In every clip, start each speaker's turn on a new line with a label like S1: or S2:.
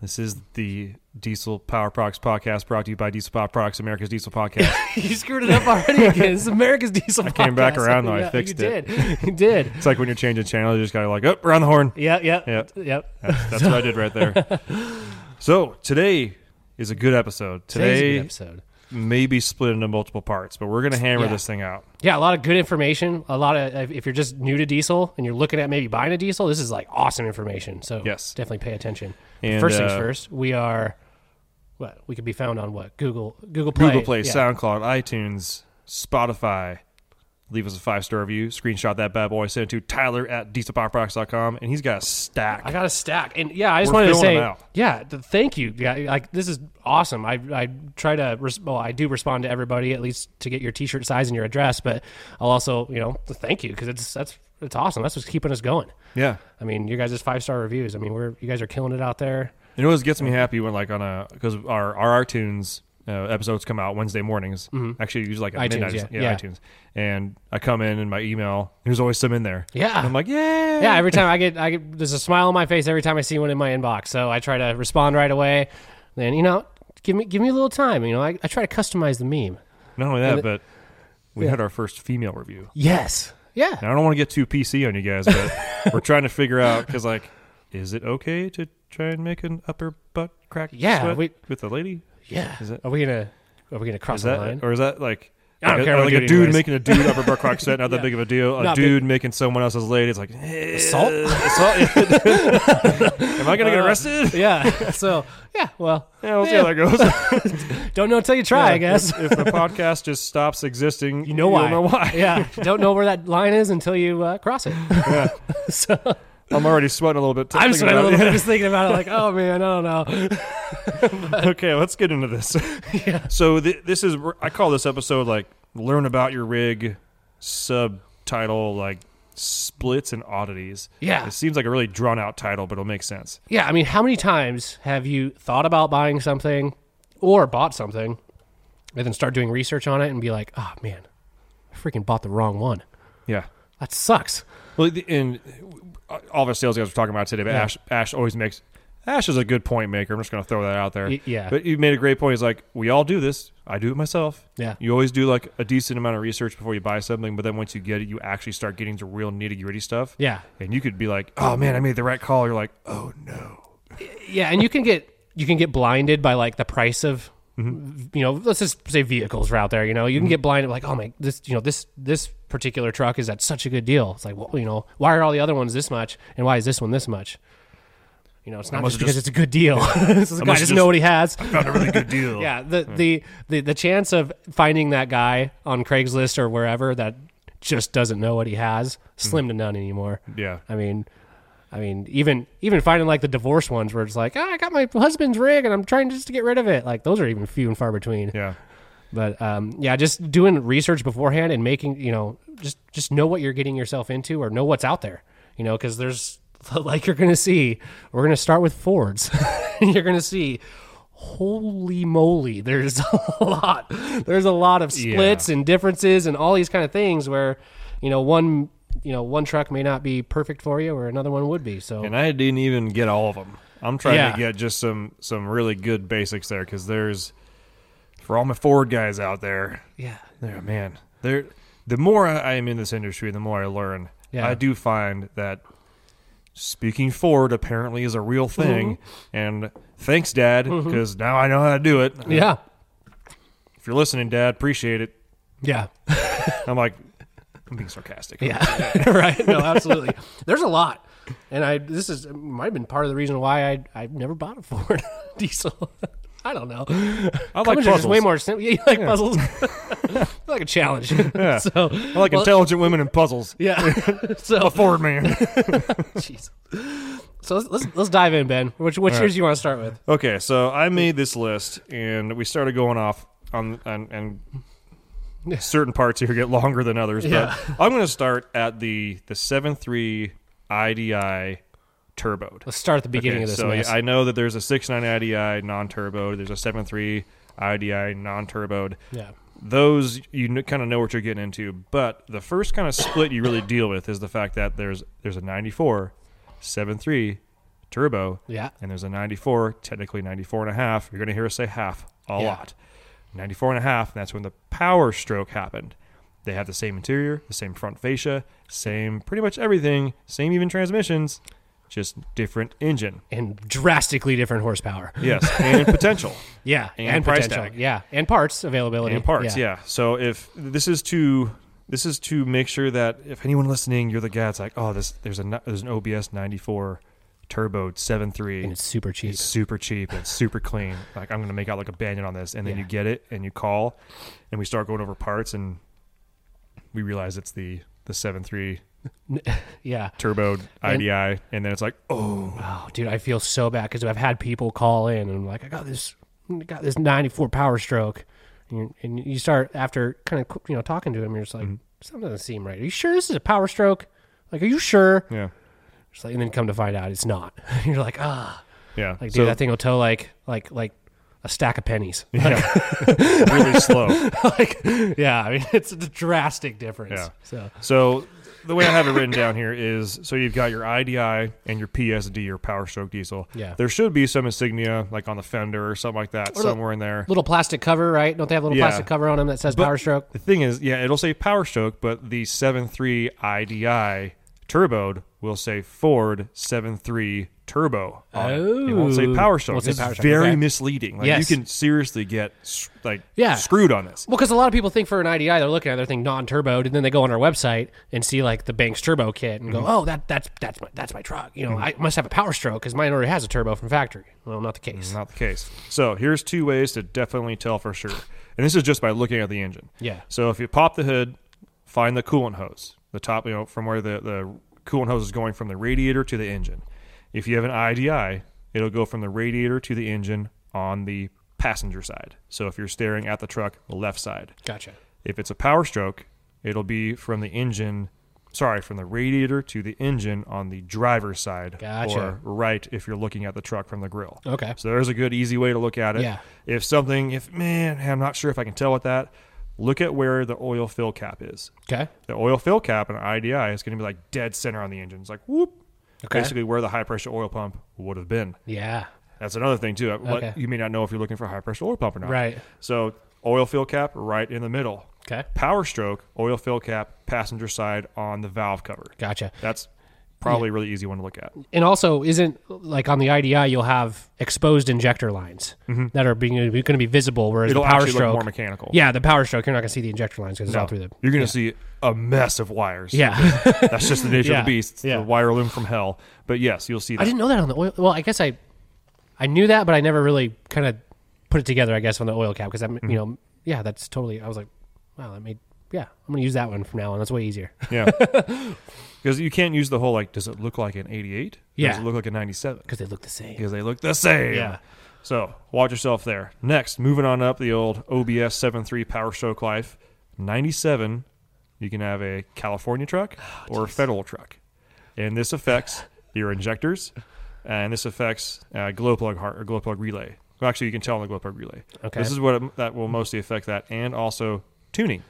S1: This is the Diesel Power Products podcast brought to you by Diesel Power Products, America's Diesel Podcast.
S2: you screwed it up already again. It's America's Diesel I
S1: came back around, though. I fixed
S2: you
S1: it.
S2: Did. You did.
S1: it's like when you're changing channel, you just gotta like, up, oh, around the horn.
S2: Yeah, yeah.
S1: Yeah.
S2: Yep.
S1: That's, that's what I did right there. So today is a good episode.
S2: Today's a
S1: Today
S2: good episode.
S1: may be split into multiple parts, but we're gonna hammer
S2: Yeah.
S1: this thing out.
S2: Yeah, a lot of good information. A lot of if you're just new to diesel and you're looking at maybe buying a diesel, this is like awesome information. So
S1: Yes.
S2: definitely pay attention.
S1: And,
S2: first things
S1: uh,
S2: first, we are what we could be found on what Google Google Play,
S1: Google Play,
S2: Yeah.
S1: SoundCloud, iTunes, Spotify. Leave us a five star review. Screenshot that bad boy. Send it to Tyler at dieselpowerproducts.com, and he's got a stack.
S2: I got a stack, and yeah, I just
S1: We're
S2: wanted to
S1: filling
S2: say,
S1: them out.
S2: yeah, th- thank you. Yeah, like this is awesome. I I try to res- well, I do respond to everybody at least to get your T-shirt size and your address, but I'll also you know thank you because it's that's it's awesome. That's what's keeping us going.
S1: yeah.
S2: I mean, your guys' five star reviews. I mean, we're you guys are killing it out there.
S1: You know what gets me happy when like on a because our our iTunes uh, episodes come out Wednesday mornings. Actually, usually like at
S2: Mm-hmm. iTunes,
S1: midnight.
S2: yeah,
S1: Yeah,
S2: yeah.
S1: iTunes. And I come in and my email. There's always some in there.
S2: Yeah.
S1: And I'm like, yeah,
S2: Yeah, every time I get, I get, there's a smile on my face every time I see one in my inbox. So I try to respond right away. Then you know, give me give me a little time. You know, I, I try to customize the meme.
S1: Not only that,
S2: it-
S1: but we had our first female review.
S2: Yes. Yeah.
S1: And I don't want to get too PC on you guys, but we're trying to figure out because like, is it okay to try and make an upper butt crack?
S2: Yeah,
S1: sweat
S2: we-
S1: with a lady.
S2: Yeah.
S1: Is it-
S2: are we gonna are we gonna cross
S1: Is
S2: the
S1: that
S2: line?
S1: or is that like?
S2: I don't
S1: like
S2: care
S1: a,
S2: what
S1: like
S2: we
S1: a
S2: do
S1: dude
S2: anyways.
S1: making a dude upper butt crack sweat, not that big of a deal. A
S2: Not big.
S1: dude making someone else's lady, it's like eh,
S2: Assault?
S1: assault. Am I gonna get
S2: Uh,
S1: arrested?
S2: yeah. So yeah. Well,
S1: Yeah, we'll see how that goes.
S2: don't know until you try, I guess.
S1: if, if the podcast just stops existing,
S2: You know why?
S1: You'll know why.
S2: yeah. Don't know where that line is until you uh, cross it. so
S1: I'm already sweating a little bit.
S2: I'm
S1: thinking
S2: sweating a
S1: about
S2: little
S1: it.
S2: bit just thinking about it. Like, oh man, I don't know.
S1: okay, let's get into this. So th- this is I call this episode like learn about your rig subtitle like splits and oddities.
S2: Yeah.
S1: It seems like a really drawn out title, but it'll make sense.
S2: Yeah. I mean, how many times have you thought about buying something or bought something, and then start doing research on it and be like, oh man, I freaking bought the wrong one.
S1: Yeah.
S2: That sucks.
S1: Well, the- and uh, all of our sales guys were talking about it today, but
S2: Yeah.
S1: Ash Ash always makes Ash is a good point maker. I'm just going to throw that out there.
S2: Y- yeah.
S1: But you made a great point. He's like, we all do this. I do it myself.
S2: Yeah.
S1: You always do like a decent amount of research before you buy something, but then once you get it, you actually start getting to real nitty gritty stuff.
S2: Yeah.
S1: And you could be like, oh man, I made the right call. You're like, oh no.
S2: Yeah, and you can get you can get blinded by like the price of
S1: Mm-hmm.
S2: you know, let's just say vehicles are out there, you know. You can get blinded like, "Oh my, this you know, this this particular truck is at such a good deal." It's like, "Well, you know, why are all the other ones this much and why is this one this much?" You know, it's not
S1: must
S2: just
S1: have
S2: because
S1: just-
S2: it's a good deal. this is a guy
S1: must have
S2: just, know
S1: just-
S2: what he has.
S1: Found a really good deal.
S2: Yeah, the,
S1: Hmm.
S2: the the the chance of finding that guy on Craigslist or wherever that just doesn't know what he has slim to none anymore.
S1: Hmm. Yeah.
S2: I mean, I mean, even even finding like the divorce ones where it's like, ah, I got my husband's rig and I'm trying just to get rid of it. Like those are even few and far between.
S1: Yeah.
S2: But um, yeah, just doing research beforehand and making you know just just know what you're getting yourself into or know what's out there. You know, because there's like you're gonna see. We're gonna start with Fords. you're gonna see. Holy moly! There's a lot. There's a lot of splits and differences and all these kind of things where, you know, one you know one truck may not be perfect for you or another one would be. So
S1: And I didn't even get all of them. I'm trying
S2: Yeah.
S1: to get just some some really good basics there because there's for all my Ford guys out there.
S2: yeah,
S1: There, man. There, the more I I am in this industry, the more I learn.
S2: Yeah.
S1: I do find that speaking Ford apparently is a real
S2: Mm-hmm.
S1: thing, and thanks, Dad, because now I know how to do it.
S2: yeah,
S1: If you're listening, Dad, appreciate it.
S2: yeah.
S1: I'm like, I'm being sarcastic.
S2: Yeah, right. No, absolutely. There's a lot, and I this is might have been part of the reason why I I never bought a Ford diesel. I don't know.
S1: I like
S2: Cummins are just
S1: puzzles.
S2: way more simple. Yeah, you like puzzles. I like a challenge.
S1: Yeah.
S2: So
S1: I like intelligent women and puzzles.
S2: yeah. so
S1: Ford man.
S2: jeez. So let's, let's let's dive in, Ben. Which which years do you want to start with?
S1: Okay, so I made this list, and we started going off on and, and certain parts here get longer than others.
S2: Yeah.
S1: But I'm going to start at the the seven three IDI turboed.
S2: Let's start at the beginning
S1: Okay,
S2: of this.
S1: so
S2: mess.
S1: I know that there's a six nine IDI non turboed. There's a seven three IDI non turboed.
S2: yeah.
S1: Those you kn- kind of know what you're getting into, but the first kind of split you really deal with is the fact that there's there's a 94 73 turbo
S2: Yeah.
S1: and there's a 94, technically 94 and a half. You're going to hear us say half a
S2: Yeah.
S1: lot. 94 and a half, and that's when the power stroke happened. They have the same interior, the same front fascia, same pretty much everything, same even transmissions, just different engine.
S2: And drastically different horsepower.
S1: Yes, and potential.
S2: Yeah.
S1: And price
S2: potential.
S1: tag.
S2: Yeah. And parts availability.
S1: and parts. Yeah. So if this is to this is to make sure that if anyone listening, you're the guy that's like, oh, this there's a ni- there's an OBS 94 turbo 7.3.
S2: And it's super cheap.
S1: It's super cheap and it's super clean. Like I'm gonna make out like a bandit on this, and then you get it and you call, and we start going over parts, and we realize it's the the seven three
S2: yeah.
S1: turbo
S2: And-
S1: IDI, and, then it's like, oh,
S2: Oh, dude, I feel so bad because I've had people call in and like, I got this, I got this 94 power stroke, and, you and you start after kind of you know talking to him, you're just like,
S1: Mm-hmm.
S2: something doesn't seem right. Are you sure this is a power stroke? Like, are you sure?
S1: yeah,
S2: Just like, and then come to find out it's not. you're like, ah,
S1: yeah,
S2: like dude,
S1: so
S2: that thing will tow like like like a stack of pennies.
S1: yeah, really slow.
S2: like, yeah, I mean, it's a drastic difference.
S1: Yeah.
S2: So
S1: So the way I have it written down here is so you've got your IDI and your PSD, your Power Stroke Diesel.
S2: Yeah.
S1: there should be some insignia like on the fender or something like that
S2: the-
S1: somewhere in there.
S2: little plastic cover, right? Don't they have a little
S1: Yeah.
S2: plastic cover on them that says
S1: But-
S2: power stroke?
S1: The thing is, yeah, it'll say Power Stroke, but the 7.3 IDI turboed will say Ford 7.3 turbo. on it. It won't say
S2: Oh.
S1: Power Stroke.
S2: Won't say
S1: It's
S2: Power Stroke,
S1: very
S2: okay.
S1: misleading. Like
S2: Yes.
S1: you can seriously get s- like
S2: Yeah.
S1: screwed on this.
S2: Well, because a lot of people think for an IDI, they're looking at their thing non-turboed, and then they go on our website and see like the Banks Turbo Kit and
S1: Mm-hmm.
S2: go, "Oh, that that's that's my that's my truck." You know, I must have a power stroke because mine already has a turbo from factory. Well, not the case.
S1: Not the case. So here's two ways to definitely tell for sure. And this is just by looking at the engine.
S2: Yeah.
S1: So if you pop the hood, find the coolant hose, the top, you know, from where the, the coolant hose is going from the radiator to the engine. If you have an IDI, it'll go from the radiator to the engine on the passenger side. So if you're staring at the truck, the left side.
S2: Gotcha.
S1: If it's a power stroke, it'll be from the engine, sorry, from the radiator to the engine on the driver's side,
S2: Gotcha.
S1: or right if you're looking at the truck from the grill.
S2: Okay.
S1: So there's a good easy way to look at it.
S2: Yeah.
S1: If something, if man, I'm not sure if I can tell with that. Look at where the oil fill cap is.
S2: Okay.
S1: The oil fill cap in IDI is going to be like dead center on the engine. It's like whoop,
S2: Okay.
S1: basically where the high pressure oil pump would have been.
S2: Yeah.
S1: That's another thing too. Like,
S2: Okay.
S1: You may not know if you're looking for a high pressure oil pump or not.
S2: Right.
S1: So oil fill cap right in the middle.
S2: Okay.
S1: Power stroke oil fill cap passenger side on the valve cover.
S2: Gotcha.
S1: That's probably a really easy one to look at.
S2: and also isn't like on the IDI you'll have exposed injector lines that are being going to be visible, whereas
S1: Mm-hmm. It'll
S2: the power
S1: actually look
S2: stroke
S1: more mechanical.
S2: Yeah, the power stroke you're not going to see the injector lines because it's
S1: No,
S2: all through the
S1: you're gonna see a mess of wires.
S2: yeah.
S1: that's just the nature
S2: Yeah.
S1: of the beast. It's
S3: Yeah.
S1: The wire loom from hell. But yes, you'll see that.
S2: I didn't know that on the oil. Well, I guess I I knew that, but I never really kind of put it together. I guess on the oil cap because I'm
S1: Mm-hmm.
S2: you know yeah that's totally. I was like, wow, I made yeah I'm going to use that one from now on. That's way easier.
S1: Yeah. Because you can't use the whole like, does it look like an 88? Does
S2: Yeah.
S1: it look like a 97?
S2: because they look the same.
S1: Because they look the same.
S2: Yeah.
S1: So watch yourself there. Next, moving on up the old OBS 73 Power Stroke Life 97. You can have a California truck
S2: Oh,
S1: or a federal truck, and this affects your injectors, and this affects uh, glow plug heart or glow plug relay. Well, actually, you can tell on the glow plug relay.
S2: Okay.
S1: This is what it, that will mostly affect that, and also tuning.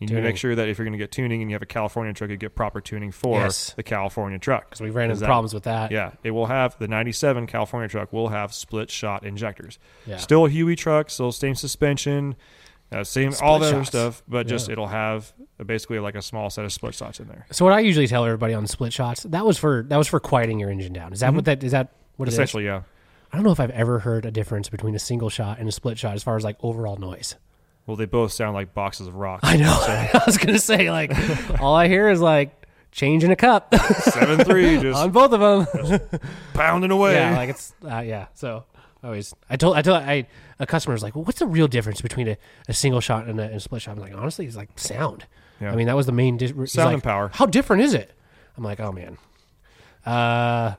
S1: You need to
S2: Tuning.
S1: make sure that if you're going to get tuning and you have a California truck, you get proper tuning for
S2: Yes.
S1: the California truck.
S2: Because we ran into
S1: Is that-
S2: problems with that.
S1: yeah, it will have the 97 California truck will have split shot injectors.
S2: Yeah.
S1: Still a Huey truck, still same suspension, uh, same all that other
S2: shots.
S1: stuff, but just it'll have uh, basically like a small set of split shots in there.
S2: So what I usually tell everybody on split shots that was for that was for quieting your engine down. Is that what that is that what it is?
S1: Mm-hmm. Essentially, yeah.
S2: I don't know if I've ever heard a difference between a single shot and a split shot as far as like overall noise.
S1: Well, they both sound like boxes of rocks.
S2: I know. I was gonna say like all I hear is like changing a cup
S1: Seven three, just
S2: on both of them.
S1: pounding away.
S2: yeah, like it's uh, yeah. So I always I told I told I a customer was like, well, what's the real difference between a, a single shot and a, and a split shot? I'm like, honestly, it's like sound.
S1: Yeah.
S2: I mean, that was the main di- he's
S1: Sound
S2: like,
S1: and power.
S2: How different is it? I'm like, oh man, uh,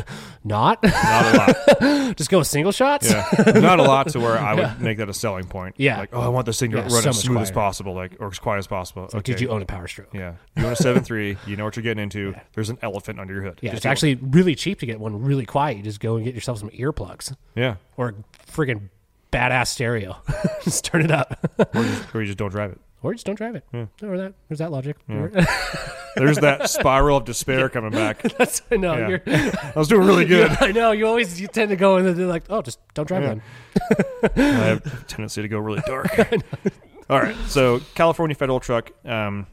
S1: Not
S2: not
S1: a lot.
S2: just go with single shots.
S1: Yeah. Not a lot to where I would make that a selling point.
S2: Yeah.
S1: Like, oh, I want this thing to
S2: Yeah,
S1: run
S2: so
S1: as
S2: much
S1: smooth as
S2: quieter.
S1: possible, like or as quiet as possible. okay.
S2: Did you own a power stroke? Yeah,
S1: yeah. You want a seven three, you know what you're getting into. There's an elephant under your hood. Just
S2: it's
S1: do it.
S2: actually really cheap to get one really quiet. You just go and get yourself some earplugs
S1: Yeah.
S2: or a friggin' badass stereo. just turn it up,
S1: Or you- or you just don't drive it.
S2: or just don't drive it.
S1: Hmm.
S2: Or that there's that logic.
S1: There's that spiral of despair coming back.
S2: That's I know.
S1: Yeah.
S2: You're,
S1: I was doing really good.
S2: I know. You always you tend to go and they're like, oh, just don't drive one.
S1: I have a tendency to go really dark. All right. So, California federal truck. Um,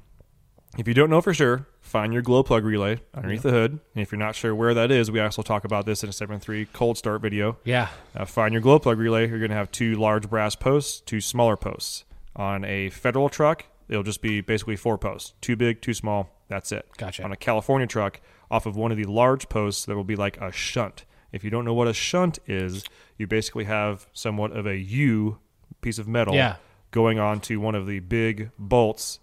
S1: if you don't know for sure, find your glow plug relay underneath the hood. And if you're not sure where that is, we also talk about this in a 7.3 cold start video.
S2: Yeah.
S1: Uh, find your glow plug relay. You're going to have two large brass posts, two smaller posts. On a federal truck, it'll just be basically four posts two big, two small. That's it.
S2: Gotcha.
S1: On a California truck, off of one of the large posts, there will be like a shunt. If you don't know what a shunt is, you basically have somewhat of a U piece of metal
S2: Yeah.
S1: going on to one of the big bolts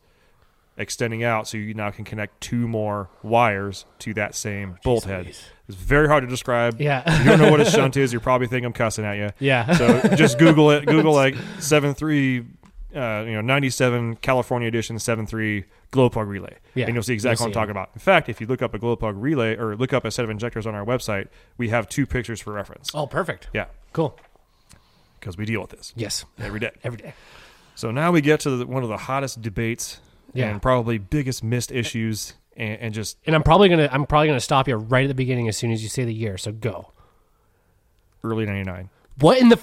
S1: extending out so you now can connect two more wires to that same bolt head. It's very hard to describe.
S2: Oh, Yeah.
S1: If you don't know what a shunt is, you're probably thinking I'm cussing at you.
S2: Yeah.
S1: So just Google it. Google like seven three, uh, you know, 97 California edition seven three glow plug relay.
S2: Yeah.
S1: And you'll see exactly
S2: You'll
S1: what
S2: see
S1: I'm talking about. In fact, if you look up a glow plug relay or look up a set of injectors on our website, we have two pictures for reference.
S2: Oh, perfect.
S1: Yeah.
S2: Cool.
S1: Because we deal with this
S2: Yes.
S1: every day.
S2: Every day.
S1: So now we get to the, one of the hottest debates
S2: Yeah.
S1: and probably biggest missed issues and, and just
S2: And I'm probably gonna I'm probably gonna stop you right at the beginning as soon as you say the year. So go.
S1: early 99.
S2: What in the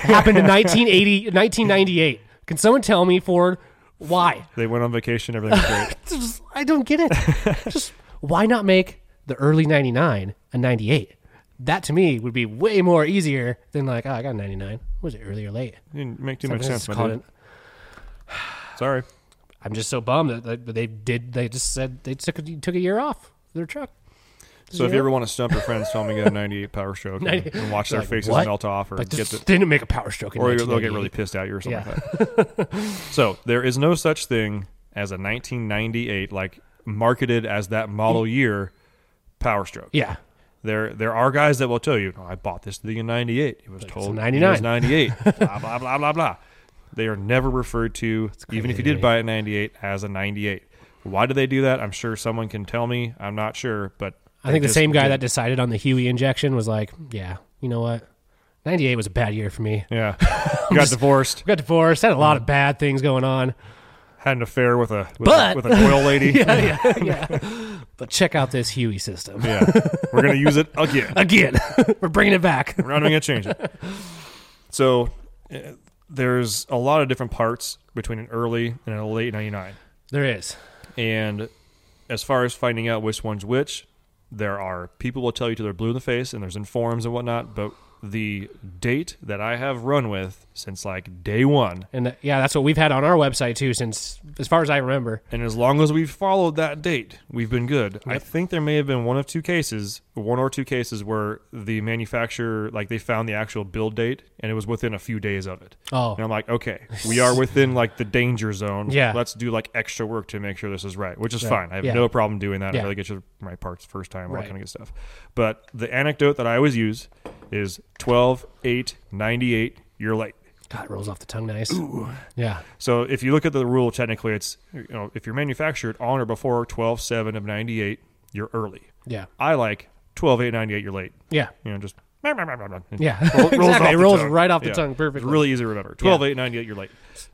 S2: happened in 1980 1998? Can someone tell me Ford why?
S1: They went on vacation, everything was great.
S2: It's just- I don't get it. just why not make the early 99 a 98? That to me would be way more easier than like, oh, I got a 99. Was it early or late?
S1: Didn't make too
S2: I'm
S1: much
S2: just
S1: sense, my
S2: calling
S1: dude.
S2: it-
S1: Sorry.
S2: I'm just so bummed that that they did. They just said they took a, took a year off their truck.
S1: So if you ever want to stump your friends, tell them you got a 98 power stroke and,
S2: 90
S1: and watch their
S2: Like,
S1: faces
S2: what?
S1: melt off or
S2: Like
S1: get
S2: this,
S1: the,
S2: they didn't make a power stroke. In
S1: or they'll get really
S2: 1998.
S1: pissed at you or something like that. so there is no such thing as a 1998 like marketed as that model year power stroke.
S2: Yeah,
S1: There there are guys that will tell you, no, I bought this thing in 98. It was told
S2: a
S1: it was
S2: 99.
S1: 98. blah, blah, blah, blah, blah. They are never referred to, even if you did buy it in 98, as a 98. Why do they do that? I'm sure someone can tell me. I'm not sure, but
S2: I think the same guy that decided on the Huey injection was like, yeah, you know what, 98 was a bad year for me.
S1: yeah got divorced,
S2: We got divorced, had a
S1: Mm.
S2: lot of bad things going on.
S1: had an affair with a with,
S2: But-
S1: a, with an oil lady. yeah.
S2: yeah, yeah. But check out this Huey system
S1: we're gonna use it again.
S2: again. We're bringing it back.
S1: We're not even gonna change it. So uh, there's a lot of different parts between an early and a late 99.
S2: There is.
S1: And as far as finding out which one's which, There are people will tell you till they're blue in the face, and there's informs and whatnot. But the date that I have run with since like day one,
S2: And that- yeah, that's what we've had on our website too since, as far as I remember.
S1: and as long as we've followed that date, we've been good. I think there may have been one of two cases, one or two cases where the manufacturer, like they found the actual build date and it was within a few days of it.
S2: Oh.
S1: And I'm like, okay, we are within like the danger zone.
S2: Yeah.
S1: Let's do like extra work to make sure this is right, which is fine. I have
S2: Yeah.
S1: no problem doing that.
S2: Yeah.
S1: I really get you my parts first time, all
S2: Right.
S1: that kind of good stuff. But the anecdote that I always use is 12, 8, 98, you're late.
S2: God, it rolls off the tongue nice. Yeah.
S1: So if you look at the rule, technically, it's you know if you're manufactured on or before 12/7 of 98, you're early.
S2: Yeah.
S1: I like 12/8/98, you're late.
S2: Yeah.
S1: You know, just blah, blah, blah, blah, blah. It
S2: Yeah.
S1: roll- rolls
S2: exactly.
S1: off
S2: It
S1: the
S2: rolls
S1: tongue.
S2: right off the
S1: Yeah.
S2: tongue.
S1: It's
S2: Perfect.
S1: really easy to remember. 12/8/98, you're late.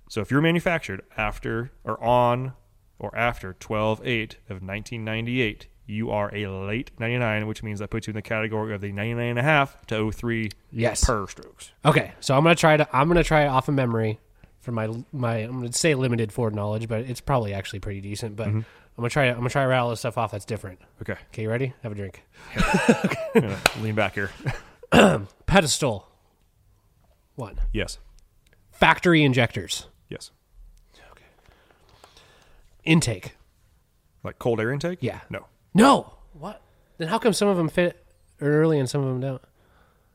S1: So if you're manufactured after or on or after 12/8 of 1998, you are a late 99, which means that puts you in the category of the 99 and a half to 03
S2: Yes.
S1: per strokes.
S2: Okay, so I'm gonna try to I'm gonna try it off of memory for my my I'm gonna say limited Ford knowledge, but it's probably actually pretty decent. But I'm gonna try I'm gonna try to rattle this stuff off that's different.
S1: Mm-hmm. Okay,
S2: Okay, you ready? Have a drink.
S1: I'm gonna lean back here.
S2: Pedestal. One.
S1: Yes,
S2: Factory injectors.
S1: yes.
S2: Intake.
S1: Like cold air intake?
S2: Yeah.
S1: No.
S2: No. What? Then how come some of them fit early and some of them don't?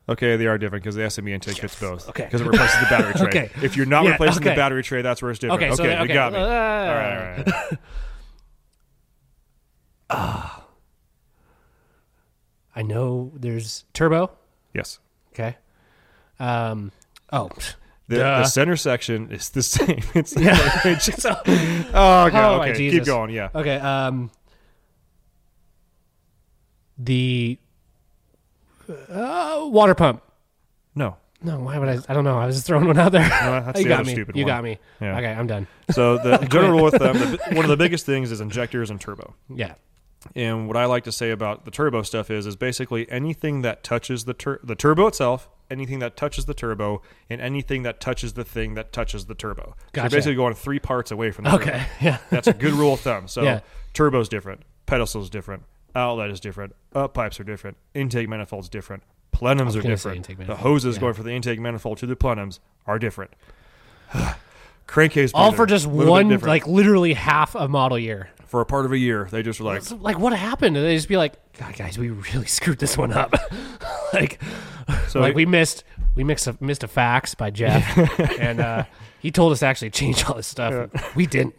S1: Okay, they are different because the SME intake fits both.
S2: Okay.
S1: Because it replaces the battery tray.
S2: Okay.
S1: If you're not
S2: Yeah,
S1: replacing
S2: okay.
S1: the battery tray, that's where it's different.
S2: Okay,
S1: Okay,
S2: so they- okay.
S1: you got me.
S2: Uh,
S1: all right, all right. all right.
S2: I know there's turbo.
S1: yes.
S2: Okay. Um. Oh.
S1: The,
S2: Duh.
S1: the center section is the same. It's the same. It's just- oh,
S2: Oh,
S1: God.
S2: my
S1: okay, keep
S2: Jesus.
S1: going. Yeah.
S2: Okay. Um. The uh, water pump.
S1: No.
S2: No, why would I? I don't know. I was just throwing one out there.
S1: that's
S2: you
S1: the
S2: got
S1: other
S2: me.
S1: stupid
S2: you
S1: one.
S2: got me.
S1: Yeah.
S2: Okay, I'm done.
S1: So the
S2: Oh,
S1: general rule with them, the, one of the biggest things is injectors and turbo.
S2: Yeah.
S1: And what I like to say about the turbo stuff is, is basically anything that touches the tur- the turbo itself, anything that touches the turbo, and anything that touches the thing that touches the turbo. So
S2: Gotcha.
S1: you're basically going three parts away from the turbo.
S2: Okay. Yeah.
S1: That's a good rule of thumb. So
S2: Yeah.
S1: turbo's different, pedestal's different, outlet is different, up pipes are different, intake manifolds different, plenums are
S2: gonna say
S1: different.
S2: intake
S1: The
S2: manifold,
S1: hoses
S2: yeah.
S1: going for the intake manifold to the plenums are different. Crankcase
S2: All
S1: blender,
S2: for just
S1: a little bit
S2: one,
S1: different.
S2: like literally half a model year.
S1: for a part of a year. They just were like,
S2: So, like, what happened? Did they just be like, God, guys, we really screwed this one up. like,
S1: so
S2: like we missed we mixed a, missed a fax by Jeff, and uh, he told us to actually change all this stuff. We didn't.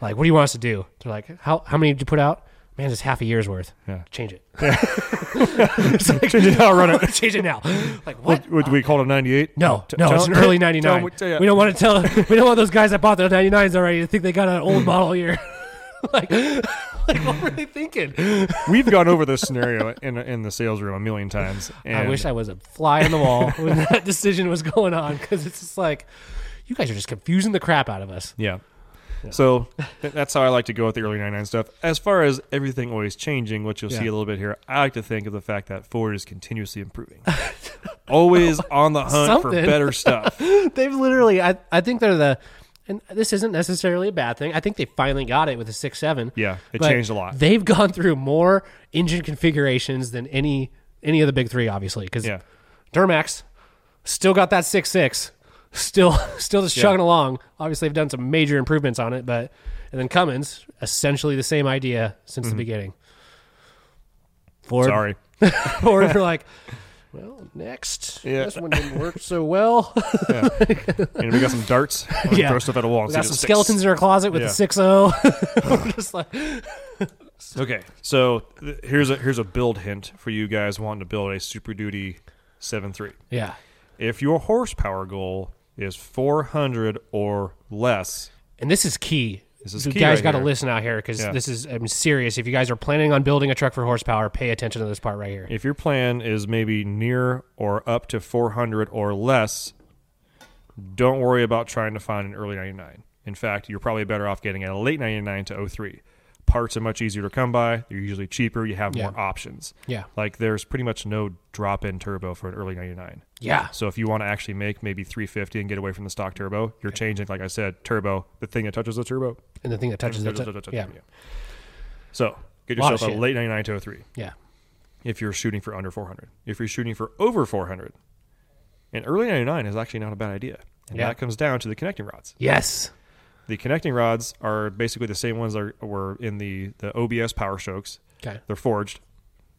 S2: Like, what do you want us to do? They're like, how how many did you put out? Man, it's half a year's worth.
S1: Yeah.
S2: Change it. It's like, change it now. Run it. change it now. Like what?
S1: would we call it a 98?
S2: No,
S1: T-
S2: no,
S1: tell-
S2: it's an early
S1: tell 'em
S2: '99. We
S1: what- yeah.
S2: don't want to tell. We don't want those guys that bought their '99s already to think they got an old model year. like, like what were they thinking?
S1: We've gone over this scenario in in the sales room a million times.
S2: I
S1: and-
S2: wish I was a fly on the wall when that decision was going on because it's just like, you guys are just confusing the crap out of us.
S1: Yeah. So th- that's how I like to go with the early 99 stuff. As far as everything always changing, which you'll see
S2: Yeah.
S1: a little bit here, I like to think of the fact that Ford is continuously improving. always on the hunt for
S2: Something.
S1: better stuff.
S2: They've literally, I, I think they're the, and this isn't necessarily a bad thing. I think they finally got it with the six seven.
S1: Yeah, it
S2: But
S1: changed a lot.
S2: They've gone through more engine configurations than any any of the big three, obviously. Because
S1: Yeah.
S2: Duramax still got that six six, still still just chugging along. Obviously, they've done some major improvements on it, but and then Cummins, essentially the same idea since the beginning. Ford,
S1: Mm-hmm. Sorry.
S2: Ford were like, well, next,
S1: Yeah.
S2: this one didn't work so well.
S1: And we got some darts. I'm gonna
S2: Yeah.
S1: Throw stuff at a wall. and
S2: we
S1: see
S2: got
S1: if
S2: some
S1: it sticks.
S2: skeletons in our closet with
S1: Yeah.
S2: the six zero. Just like,
S1: Okay. So th- here's a here's a build hint for you guys wanting to build a Super Duty 7.3.
S2: yeah,
S1: If your horsepower goal is 400 or less,
S2: and this is key.
S1: This is
S2: you
S1: key
S2: guys
S1: right
S2: got to
S1: here.
S2: listen out here because
S1: Yeah.
S2: this is I'm serious. If you guys are planning on building a truck for horsepower, pay attention to this part right here.
S1: If your plan is maybe near or up to 400 or less, don't worry about trying to find an early 99. In fact, you're probably better off getting a late 99 to 03. Parts are much easier to come by. They're usually cheaper. You have
S2: Yeah.
S1: more options.
S2: Yeah.
S1: Like there's pretty much no drop in turbo for an early 99.
S2: Yeah.
S1: So if you want to actually make maybe 350 and get away from the stock turbo, you're changing, like I said, turbo, the thing that touches the turbo.
S2: And the thing that touches the
S1: touches the turbo.
S2: yeah,
S1: So get
S2: Lot of
S1: yourself a
S2: shit.
S1: late 99 to 03.
S2: yeah.
S1: if you're shooting for under 400. If you're shooting for over 400, an early 99 is actually not a bad idea. And
S2: Yeah.
S1: that comes down to the connecting rods.
S2: Yes.
S1: The connecting rods are basically the same ones that were in the, the OBS power strokes.
S2: Okay.
S1: They're forged,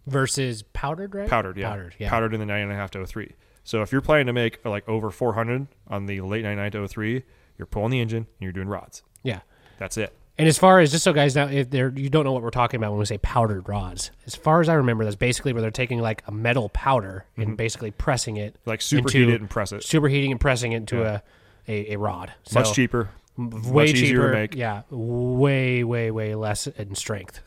S2: Versus powdered, right?
S1: powdered, yeah.
S2: Powdered, yeah.
S1: Powdered in the 99.5 to 03. So if you're planning to make like over 400 on the late 99 to 03, you're pulling the engine and you're doing rods.
S2: Yeah.
S1: That's it.
S2: And as far as just so guys know, if they're you don't know what we're talking about when we say powdered rods, as far as I remember, that's basically where they're taking like a metal powder and basically pressing it,
S1: Mm-hmm. Like
S2: into-
S1: superheat it and press it.
S2: superheating and pressing it into a, a a rod. So
S1: Much cheaper.
S2: way
S1: much easier to
S2: cheaper.
S1: make.
S2: Yeah, way way way less in strength.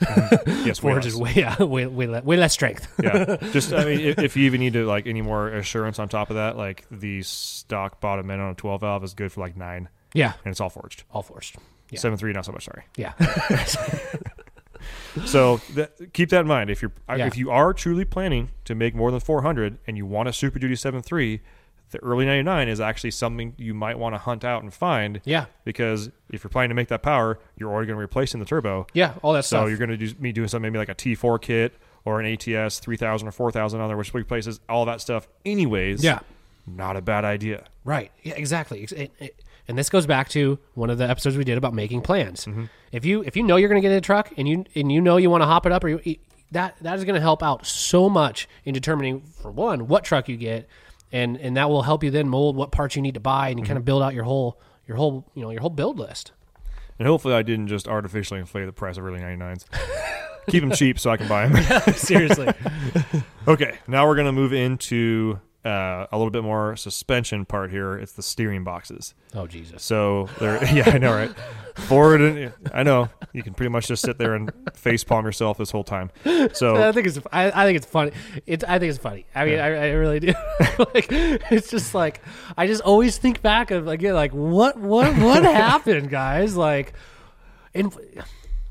S1: Yes, way
S2: Forge is
S1: less.
S2: way yeah, way way, le- way less strength.
S1: yeah just i mean if, if you even need to like any more assurance on top of that like the stock bottom end on a 12 valve is good for like nine
S2: yeah,
S1: and it's all forged
S2: all forged. Yeah.
S1: Seven three, not so much sorry
S2: Yeah,
S1: so that, keep that in mind if you're uh,
S2: Yeah.
S1: if you are truly planning to make more than 400 and you want a super duty Seven Three, the early 99 is actually something you might want to hunt out and find
S2: yeah,
S1: because if you're planning to make that power you're already going to replace in the turbo
S2: yeah. All that
S1: So
S2: stuff.
S1: you're going to do, be doing something maybe like a T4 kit or an ATS 3000 or 4000 on there, which replaces all that stuff anyways.
S2: Yeah.
S1: Not a bad idea.
S2: Right. Yeah, exactly. Ex- it- it- and this goes back to one of the episodes we did about making plans. If you if you know you're going to get in a truck and you and you know you want to hop it up, or you, that that is going to help out so much in determining for one what truck you get, and and that will help you then mold what parts you need to buy and kind of build out your whole your whole you know your whole build list.
S1: And hopefully I didn't just artificially inflate the price of early 99s. Keep them cheap so I can buy them.
S2: Seriously.
S1: okay. Now we're going to move into uh, a little bit more suspension part here. It's the steering boxes.
S2: oh Jesus.
S1: So there, yeah, I know, right? Forward and I know you can pretty much just sit there and face palm yourself this whole time. So
S2: I think it's I, I think it's funny. It's I think it's funny. I mean, I, I really do. like it's just like I just always think back of again like what what what happened, guys? Like, and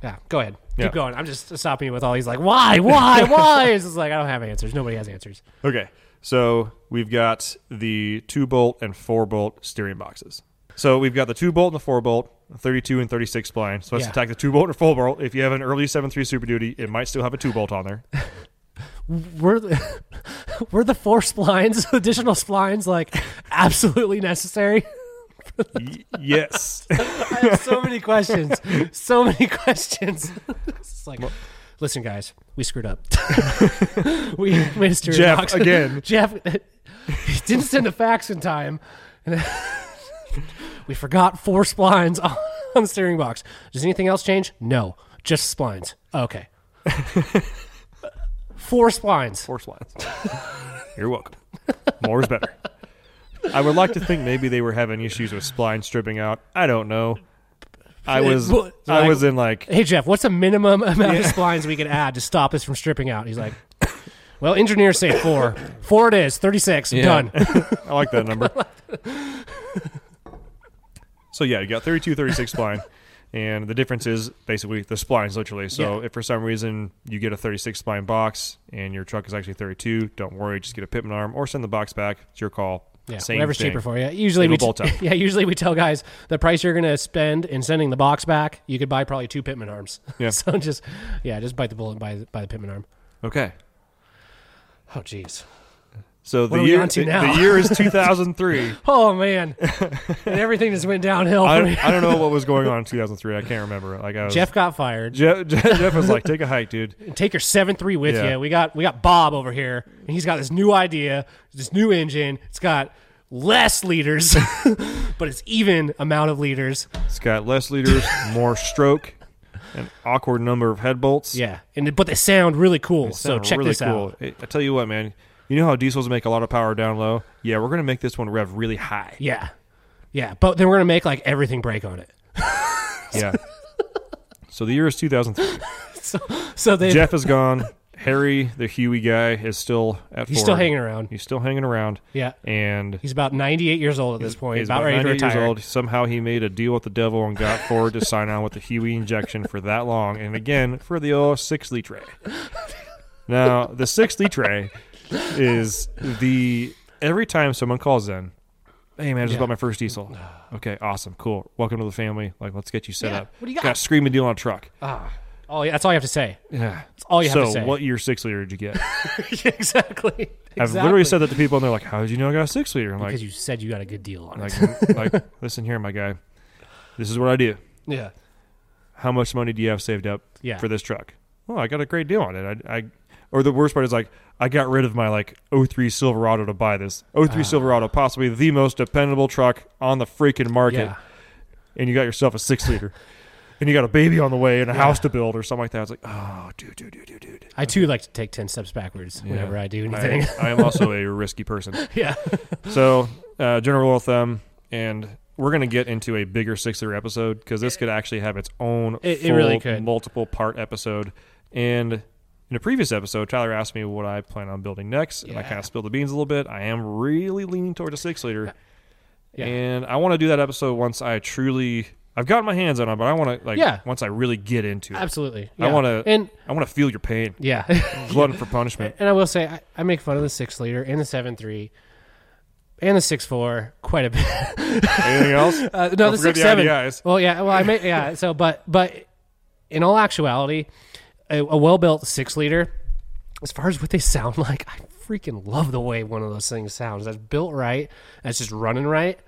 S2: yeah, go ahead,
S1: Yeah.
S2: keep going. I'm just stopping you with all these like why why why. it's just like I don't have answers. Nobody has answers.
S1: Okay. So we've got the two bolt and four bolt steering boxes. So we've got the two bolt and the four bolt, 32 and 36 blind. So let's
S2: Yeah.
S1: attack the two bolt and four bolt. If you have an early 7.3 Super Duty, it might still have a two bolt on there.
S2: Were the, were the four splines additional splines like absolutely necessary?
S1: Y- yes.
S2: I have so many questions. So many questions. it's like, listen, guys, we screwed up. we made a steering
S1: Jeff,
S2: box.
S1: again.
S2: Jeff he didn't send a fax in time, and we forgot four splines on, on the steering box. Does anything else change? No, just splines. Okay. Four splines.
S1: Four slides. You're welcome. More is better. I would like to think maybe they were having issues with spline stripping out. I don't know. I was
S2: Well,
S1: I
S2: like-
S1: was in like
S2: Hey Jeff, what's the minimum amount of splines we can add to stop us from stripping out? He's like, well, engineers say four. Four it is. Thirty-six. Done.
S1: I like that number. so yeah, you got 32, 36 spline. And the difference is basically the splines, literally. So
S2: Yeah.
S1: if for some reason you get a 36 spline box and your truck is actually 32, don't worry. Just get a pitman arm or send the box back. It's your call.
S2: Yeah,
S1: Same
S2: whatever's
S1: thing.
S2: cheaper for you. Usually we
S1: It'll bolt up.
S2: yeah, usually we tell guys the price you're going to spend in sending the box back. You could buy probably two Pitman arms.
S1: Yeah.
S2: so just yeah, just bite the bullet and buy the, buy the Pitman arm.
S1: Okay.
S2: Oh jeez.
S1: So
S2: are
S1: the
S2: we
S1: year,
S2: on to
S1: the,
S2: now?
S1: the year is 2003.
S2: Oh man, and everything just went downhill.
S1: I,
S2: for
S1: don't-
S2: me.
S1: I don't know what was going on in 2003. I can't remember. Like I was,
S2: Jeff got fired.
S1: Jeff, Jeff, Jeff was like, take a hike, dude.
S2: Take your seven three with
S1: Yeah.
S2: you. We got we got Bob over here, and he's got this new idea, this new engine. It's got less liters, but it's even amount of liters.
S1: It's got less liters, more stroke, an awkward number of head bolts.
S2: Yeah, and but they sound really cool. so
S1: sound
S2: check
S1: really
S2: this
S1: cool.
S2: out.
S1: Hey, I tell you what, man. You know how diesels make a lot of power down low? Yeah, we're gonna make this one rev really high.
S2: Yeah, yeah, but then we're gonna make like everything break on it.
S1: Yeah. so the year is 2003.
S2: So they
S1: Jeff is gone. Harry, the Huey guy, is still at.
S2: he's
S1: Ford.
S2: still hanging around.
S1: He's still hanging around.
S2: Yeah,
S1: And
S2: he's about ninety eight years old at this point.
S1: he's
S2: about, ready to
S1: 98
S2: retire.
S1: years old. Somehow he made a deal with the devil and got Ford to sign on with the Huey injection for that long, and again for the old six litre. Now the six litre is the every time someone calls in, hey man, I just
S2: Yeah.
S1: bought my first diesel. Okay, awesome, cool. Welcome to the family. Like, let's get you set
S2: Yeah,
S1: up.
S2: what do you got?
S1: Got a screaming deal on a truck.
S2: Ah, Oh, yeah, that's all you have to say.
S1: Yeah. That's
S2: all you have
S1: so
S2: to say.
S1: what year six liter did you get?
S2: exactly.
S1: I've literally said that to people, and they're like, "How did you know I got a six liter?" I'm
S2: because
S1: like,
S2: you said you got a good deal on it.
S1: like, like, listen here, my guy. This is what I do.
S2: Yeah.
S1: How much money do you have saved up
S2: Yeah.
S1: for this truck? Well, I got a great deal on it. I, I, or the worst part is like, I got rid of my like 03 Silverado to buy this
S2: Ah.
S1: 03 Silverado, possibly the most dependable truck on the freaking market.
S2: Yeah.
S1: and you got yourself a six liter, and you got a baby on the way and a house to build or something like that. It's like, oh, dude, dude, dude, dude, dude.
S2: I too like to take ten steps backwards whenever I do anything.
S1: I, I am also a risky person.
S2: yeah.
S1: So, uh, general rule of thumb, and we're going to get into a bigger six liter episode because this could actually have its own
S2: It- it really
S1: full
S2: could.
S1: multiple part episode. And in a previous episode, Tyler asked me what I plan on building next, and I
S2: Yeah.
S1: kind of spilled the beans a little bit. I am really leaning toward a six liter,
S2: Yeah.
S1: and I want to do that episode once I truly. I've gotten my hands on it, but I want to like
S2: Yeah.
S1: once I really get into it.
S2: Absolutely.
S1: I
S2: Yeah.
S1: want to
S2: and
S1: I want to feel your pain,
S2: yeah.
S1: glutton for punishment.
S2: and I will say I, I make fun of the six liter and the seven three and the six four quite a bit.
S1: Anything else?
S2: Uh, no,
S1: forget
S2: the six
S1: the
S2: seven.
S1: IDIs.
S2: Well, yeah. Well, I may, yeah. So, but but in all actuality, a, a well built six liter, as far as what they sound like, I freaking love the way one of those things sounds. That's built right. That's just running right.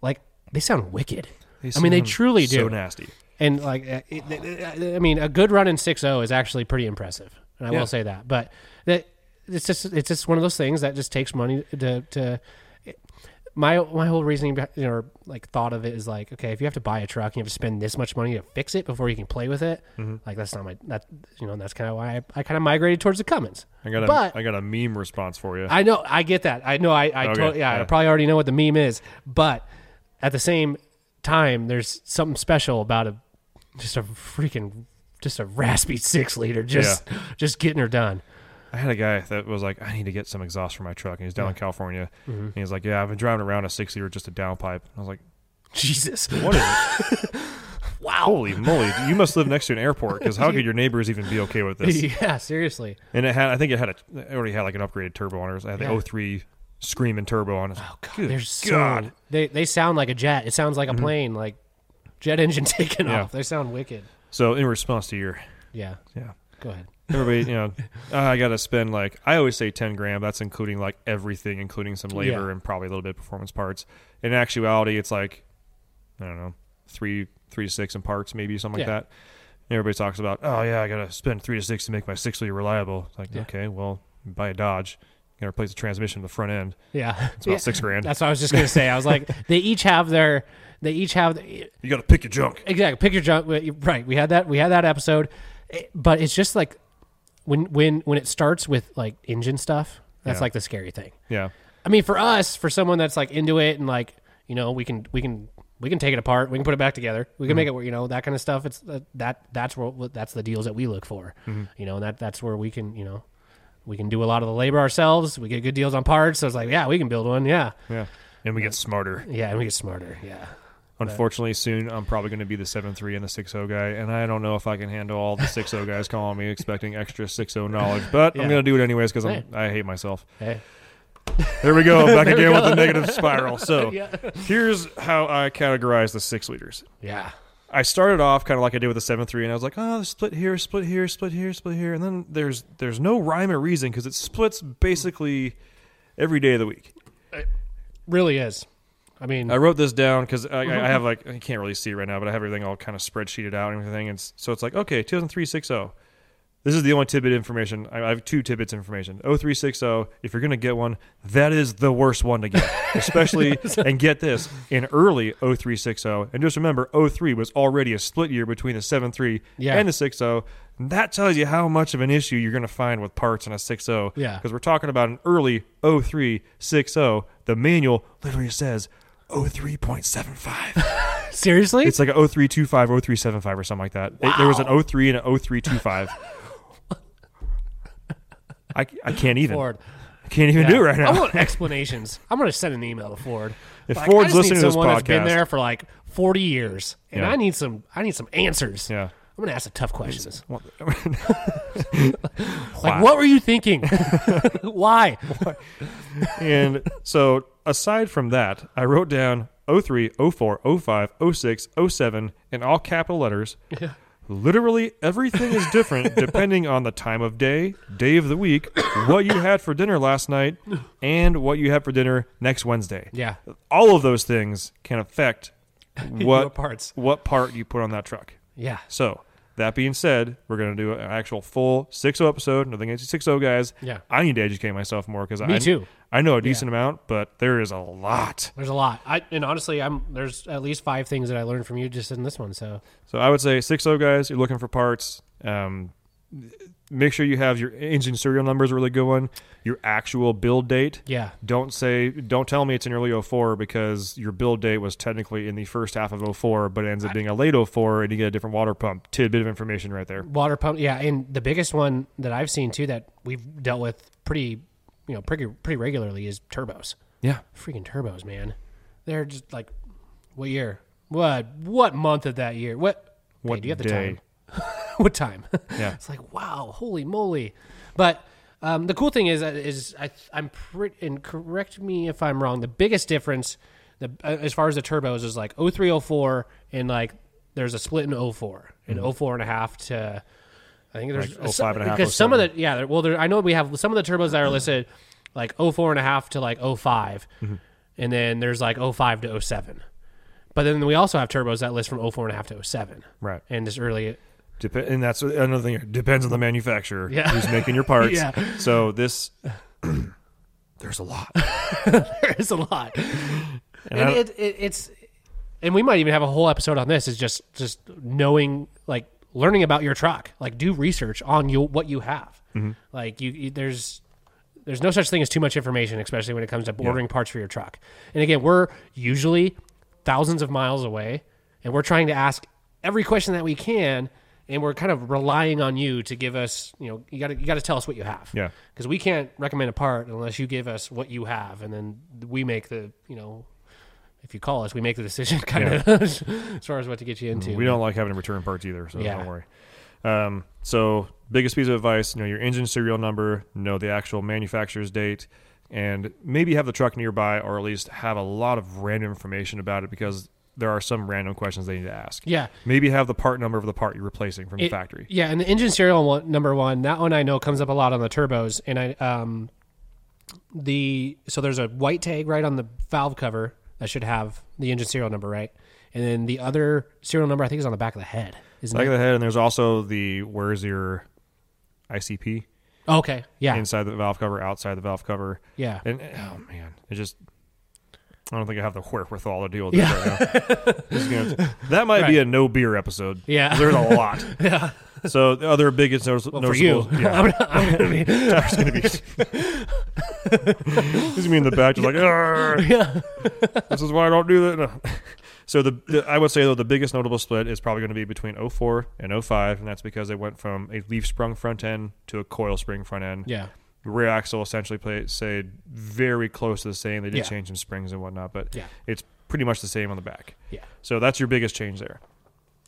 S2: Like they sound wicked. I mean, they
S1: sound
S2: truly do.
S1: so nasty.
S2: And like, uh, it, it- it- I mean, a good run in 6-0 is actually pretty impressive, and I
S1: Yeah.
S2: will say that. But that it's just it's just one of those things that just takes money to to. My my whole reasoning beh- you know, or like thought of it is like, okay, if you have to buy a truck, and you have to spend this much money to fix it before you can play with it. Like that's not my that you know that's kind of why I, I kind of migrated towards the Cummins.
S1: I got a I
S2: but
S1: got a meme response for you.
S2: I know. I get that. I know. I, I
S1: Okay,
S2: tot- yeah,
S1: yeah.
S2: I probably already know what the meme is, but at the same time, there's something special about a just a freaking just a raspy six liter just just getting her done.
S1: I had a guy that was like, I need to get some exhaust for my truck, and he's down in California. And he's like, Yeah, I've been driving around a six liter just a downpipe. And I was like,
S2: Jesus.
S1: What is it? wow! Holy moly! You must live next to an airport because how could your neighbors even be okay with this?
S2: yeah. Seriously.
S1: And it had, I think it had a, it already had like an upgraded turbo on it. It had
S2: Yeah.
S1: the 03 screaming turbo on it. Oh god! Mm-hmm.
S2: They're so they they sound like a jet. It sounds like a plane, like jet engine taking
S1: Yeah.
S2: off. They sound wicked.
S1: So in response to your,
S2: Yeah.
S1: yeah.
S2: Go ahead.
S1: Everybody, you know, I got to spend like I always say ten grand. That's including like everything, including some labor
S2: Yeah.
S1: and probably a little bit of performance parts. In actuality, it's like I don't know, three three to six in parts, maybe something
S2: Yeah.
S1: like that. And everybody talks about, oh yeah, I got to spend three to six to make my six liter reliable. It's like, okay, well, buy a Dodge, you got to replace the transmission, in the front end.
S2: Yeah.
S1: It's about six grand.
S2: That's what I was just gonna say. I was like, they each have their they each have
S1: you got to pick your junk.
S2: exactly picture junk we- right we had that we had that episode It- but it's just like when when when it starts with like engine stuff that's
S1: Yeah.
S2: like the scary thing
S1: Yeah,
S2: i mean for us for someone that's like into it and like you know we can we can we can take it apart we can put it back together we can make it work you know that kind of stuff it's uh, that that's where that's the deals that we look for you know and that that's where we can you know we can do a lot of the labor ourselves we get good deals on parts so it's like yeah we can build one yeah
S1: yeah. And we get smarter.
S2: yeah and we get smarter yeah
S1: Unfortunately, soon I'm probably going to be the seven three and the six zero guy, and I don't know if I can handle all the six zero guys calling me expecting extra six zero knowledge. But I'm
S2: Yeah.
S1: going to do it anyways because I hate myself.
S2: hey
S1: There we go, back again with the negative spiral. So here's how I categorize the six liters.
S2: yeah
S1: I started off kind of like I did with the seven three, and I was like, oh, split here, split here, split here, split here, and then there's there's no rhyme or reason because it splits basically every day of the week.
S2: really is i mean
S1: I wrote this down because I, I I have like I can't really see it right now, but I have everything all kind of spreadsheeted out and everything. And s- so it's like okay, 200360. This is the only tidbit information. I I have two tidbits information. 0360. If you're gonna get one, that is the worst one to get, especially. and get this in early 0360. And just remember, 03 was already a split year between the 73
S2: Yeah.
S1: and the 60. oh, And that tells you how much of an issue you're gonna find with parts on a 60.
S2: Yeah.
S1: Because we're talking about an early 0360. oh. The manual literally says 03.75.
S2: seriously
S1: it's like a 0325, 0375 or something like that. It- there was an 03 and a 0325. I, I can't even.
S2: Ford.
S1: I can't even
S2: Yeah.
S1: do it right now.
S2: I want explanations. I'm going to send an email to Ford.
S1: If
S2: Like,
S1: Ford's
S2: I just need
S1: listening to this
S2: someone that's been
S1: podcast-
S2: there for like 40 years, and
S1: Yeah.
S2: I need some, I need some answers.
S1: Yeah.
S2: I'm going to ask the tough questions.
S1: What-
S2: Like, what were you thinking? Why?
S1: and so aside from that, I wrote oh down 03, 04, 05, 06, 07 in all capital letters Literally everything is different depending on the time of day, day of the week, what you had for dinner last night, and what you have for dinner next Wednesday.
S2: Yeah.
S1: All of those things can affect what
S2: parts.
S1: what part you put on that truck.
S2: Yeah.
S1: So that being said, we're gonna do an actual full six O episode. Nothing against you six O guys.
S2: Yeah.
S1: I need to educate myself more because I
S2: too.
S1: I know a decent amount, but there is a lot.
S2: There's a lot. I and honestly, I'm there's at least five things that I learned from you just in this one. So
S1: So I would say six O guys. You're looking for parts. Um, make sure you have your engine serial number is a really good one. Your actual build date.
S2: yeah,
S1: Don't say, don't tell me it's an early 04 because your build date was technically in the first half of 04, but it ends up being a late 04 and you get a different water pump. Tidbit of information right there.
S2: water pump. Yeah, and the biggest one that I've seen too that we've dealt with pretty, you know, pretty pretty regularly is turbos.
S1: Yeah.
S2: Freaking turbos, man. They're just like, what year? What what month of that year? What?
S1: What
S2: Hey, do you have the
S1: day?
S2: time? what time?
S1: Yeah.
S2: it's like wow, holy moly! But um, the cool thing is, is I, I'm pretty. And correct me if I'm wrong. The biggest difference, the uh, as far as the turbos is like 0304 and like there's a split in 04 and 04 and a half to. I think there's
S1: Mm-hmm. Like 05 Oh, and a half, Mm-hmm.
S2: because some of the yeah there- well there, I know we have some of the turbos that are listed like 04 and a half to like 5
S1: Mm-hmm.
S2: and then there's like 05 to 07 but then we also have turbos that list from 04 and a half to 07
S1: Right.
S2: and this early
S1: Dep- and that's another thing. It depends on the manufacturer
S2: Yeah.
S1: who's making your parts.
S2: Yeah.
S1: So this, there's a lot.
S2: it's a lot.
S1: I-
S2: And it, it, it's, and we might even have a whole episode on this. Is just just knowing, like, learning about your truck. Like, do research on you what you have.
S1: Mm-hmm.
S2: Like, you, you there's there's no such thing as too much information, especially when it comes to ordering parts for your truck. And again, we're usually thousands of miles away, and we're trying to ask every question that we can. And we're kind of relying on you to give us, you know, you got to you got to tell us what you have
S1: Yeah.
S2: because we can't recommend a part unless you give us what you have, and then we make the you know, if you call us, we make the decision kind of as far as what to get you into.
S1: We don't like having to return parts either, so
S2: Yeah.
S1: don't worry. Um, so biggest piece of advice: know your engine serial number, know the actual manufacturer's date, and maybe have the truck nearby, or at least have a lot of random information about it because there are some random questions they need to ask.
S2: Yeah.
S1: Maybe have the part number of the part you're replacing from the
S2: It-
S1: factory.
S2: Yeah, and the engine serial one, number one, that one I know comes up a lot on the turbos, and I um the so there's a white tag right on the valve cover that should have the engine serial number right, and then the other serial number I think is on the back of the head, isn't
S1: Back
S2: it?
S1: of the head, and there's also the where's your ICP
S2: Oh, okay, yeah,
S1: inside the valve cover, outside the valve cover.
S2: yeah.
S1: And oh man, it just I don't think I have the wherewithal to deal with this right now. This is gonna- that might be a no beer episode.
S2: Yeah.
S1: there's a lot. yeah. So the other biggest notice-
S2: for you,
S1: noticeable, yeah,
S2: I'm, I'm gonna be,
S1: it's gonna be. He's gonna be in the back, just like, "Arr,
S2: yeah,
S1: this is why I don't do that. No. So the, the I would say though the biggest notable split is probably going to be between 04 and 05, and that's because they went from a leaf sprung front end to a coil spring front end
S2: yeah,
S1: rear axle essentially play, stayed very close to the same. They did
S2: Yeah.
S1: change some springs and whatnot, but
S2: Yeah.
S1: it's pretty much the same on the back.
S2: yeah.
S1: So that's your biggest change there.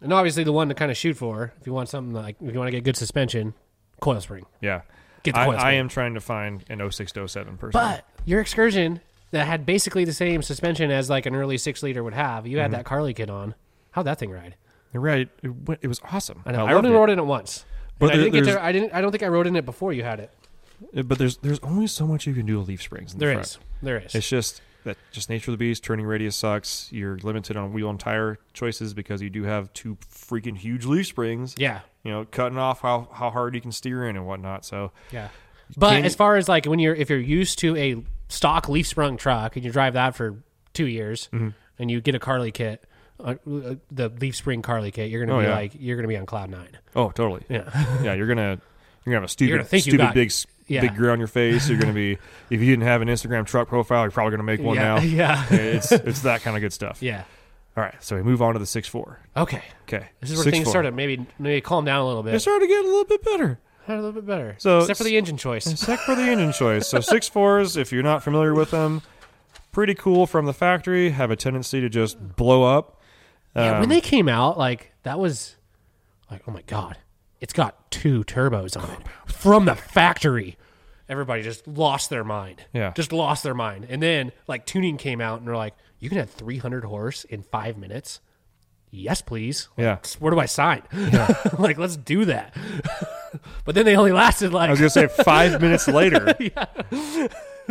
S2: And obviously, the one to kind of shoot for, if you want something like, if you want to get good suspension, coil spring.
S1: Yeah.
S2: Get the
S1: I,
S2: coil
S1: I
S2: spring.
S1: am trying to find an 06 to 07 person.
S2: But your excursion that had basically the same suspension as like an early six liter would have, you had that Carly kid on. How'd that thing ride?
S1: You're right. It, went, it was awesome.
S2: I know. I,
S1: loved
S2: only
S1: it.
S2: rode in it once.
S1: But
S2: But I
S1: there-
S2: didn't get
S1: there's-
S2: there. I didn't. I don't think I rode in it before you had it.
S1: But there's there's only so much you can do with leaf springs. In the
S2: There
S1: front.
S2: is. There is.
S1: It's just that just nature of the beast. Turning radius sucks. You're limited on wheel and tire choices because you do have two freaking huge leaf springs.
S2: yeah.
S1: You know, cutting off how, how hard you can steer in and whatnot. So
S2: Yeah. But
S1: Can-
S2: as far as like when you're if you're used to a stock leaf sprung truck and you drive that for two years
S1: Mm-hmm.
S2: and you get a Carly kit, uh, uh, the leaf spring Carly kit, you're gonna
S1: Oh,
S2: be
S1: yeah.
S2: like you're gonna be on cloud nine.
S1: Oh, totally.
S2: Yeah.
S1: yeah. You're gonna you're gonna have a stupid,
S2: gonna think you
S1: stupid
S2: got-
S1: big s-
S2: yeah.
S1: big grin on your face. You're gonna be if you didn't have an Instagram truck profile, you're probably gonna make one
S2: yeah.
S1: now.
S2: Yeah.
S1: It's it's that kind of good stuff.
S2: yeah.
S1: All right. So we move on to the six four.
S2: Okay.
S1: Okay.
S2: This is where things
S1: 6'4".
S2: started. Maybe maybe calm down a little
S1: It
S2: bit.
S1: started to get a little bit better.
S2: a little bit better.
S1: So-
S2: except for the engine choice.
S1: Except for the engine choice. So six fours, if you're not familiar with them, pretty cool from the factory. Have a tendency to just blow up.
S2: yeah,
S1: Um,
S2: when they came out, like that was like oh my god, it's got two turbos on it from the factory. Everybody just lost their mind.
S1: Yeah.
S2: just lost their mind. And then like tuning came out, and they're like, you can have 300 horse in five minutes. yes, please.
S1: Yeah.
S2: Where do I sign? like, let's do that. but then they only lasted like
S1: I was gonna say five minutes later.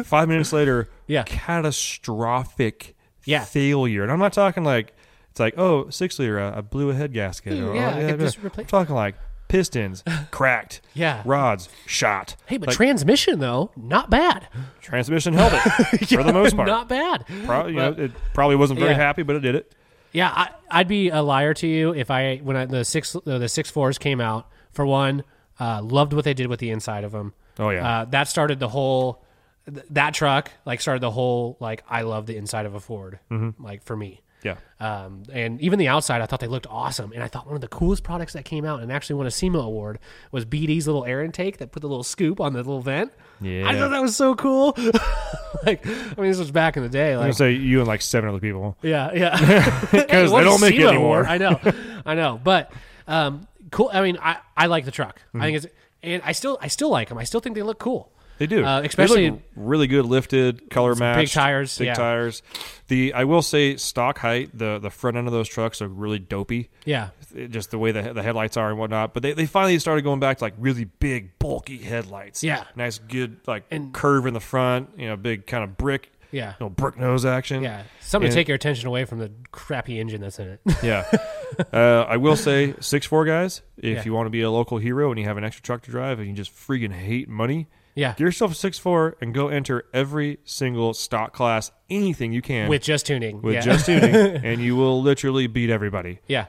S1: Five minutes later,
S2: Yeah.
S1: catastrophic
S2: Yeah.
S1: failure. And I'm not talking like it's like, oh, six liter, uh, I blew a head gasket.
S2: Ooh,
S1: or,
S2: yeah, I
S1: oh,
S2: could just
S1: I'm
S2: replace-
S1: talking like pistons, cracked,
S2: Yeah.
S1: rods, shot.
S2: Hey, but
S1: Like,
S2: transmission though, not bad.
S1: transmission held it for the most part.
S2: Not bad.
S1: Pro- you know, it probably wasn't very
S2: Yeah.
S1: happy, but it did it.
S2: Yeah, I, I'd be a liar to you if I when I, the six uh, the six fours came out. For one, uh, loved what they did with the inside of them.
S1: Oh, yeah.
S2: uh, that started the whole th- that truck like started the whole like I love the inside of a Ford
S1: Mm-hmm.
S2: like for me.
S1: Yeah.
S2: Um, and even the outside, I thought they looked awesome. And I thought one of the coolest products that came out and actually won a SEMA award was BD's little air intake that put the little scoop on the little vent. I
S1: Yeah.
S2: thought that was so cool. like, I mean, this was back in the day.
S1: I'm
S2: Like,
S1: gonna say you and like seven other people.
S2: yeah, yeah. Because
S1: they don't make it anymore.
S2: I know, I know. But um, cool. I mean, I, I like the truck. I think it's and I still I still like them. I still think they look cool.
S1: Mm-hmm. They do,
S2: Uh,
S1: They
S2: especially-
S1: look really good lifted, color matched,
S2: tires,
S1: big
S2: yeah.
S1: tires. The I will say stock height, the the front end of those trucks are really dopey.
S2: Yeah,
S1: It- just the way the, the headlights are and whatnot. But they, they finally started going back to like really big, bulky headlights.
S2: Yeah.
S1: nice, good like
S2: And-
S1: curve in the front. You know, big kind of brick.
S2: Yeah.
S1: you know, brick nose action.
S2: yeah. Something
S1: And-
S2: to take your attention away from the crappy engine that's in it.
S1: Yeah. uh, I will say, six four guys, if
S2: Yeah.
S1: you want to be a local hero and you have an extra truck to drive and you just freaking hate money,
S2: Yeah.
S1: get yourself a six four and go enter every single stock class, anything you can
S2: with just tuning.
S1: with
S2: yeah.
S1: just tuning, and you will literally beat everybody.
S2: yeah,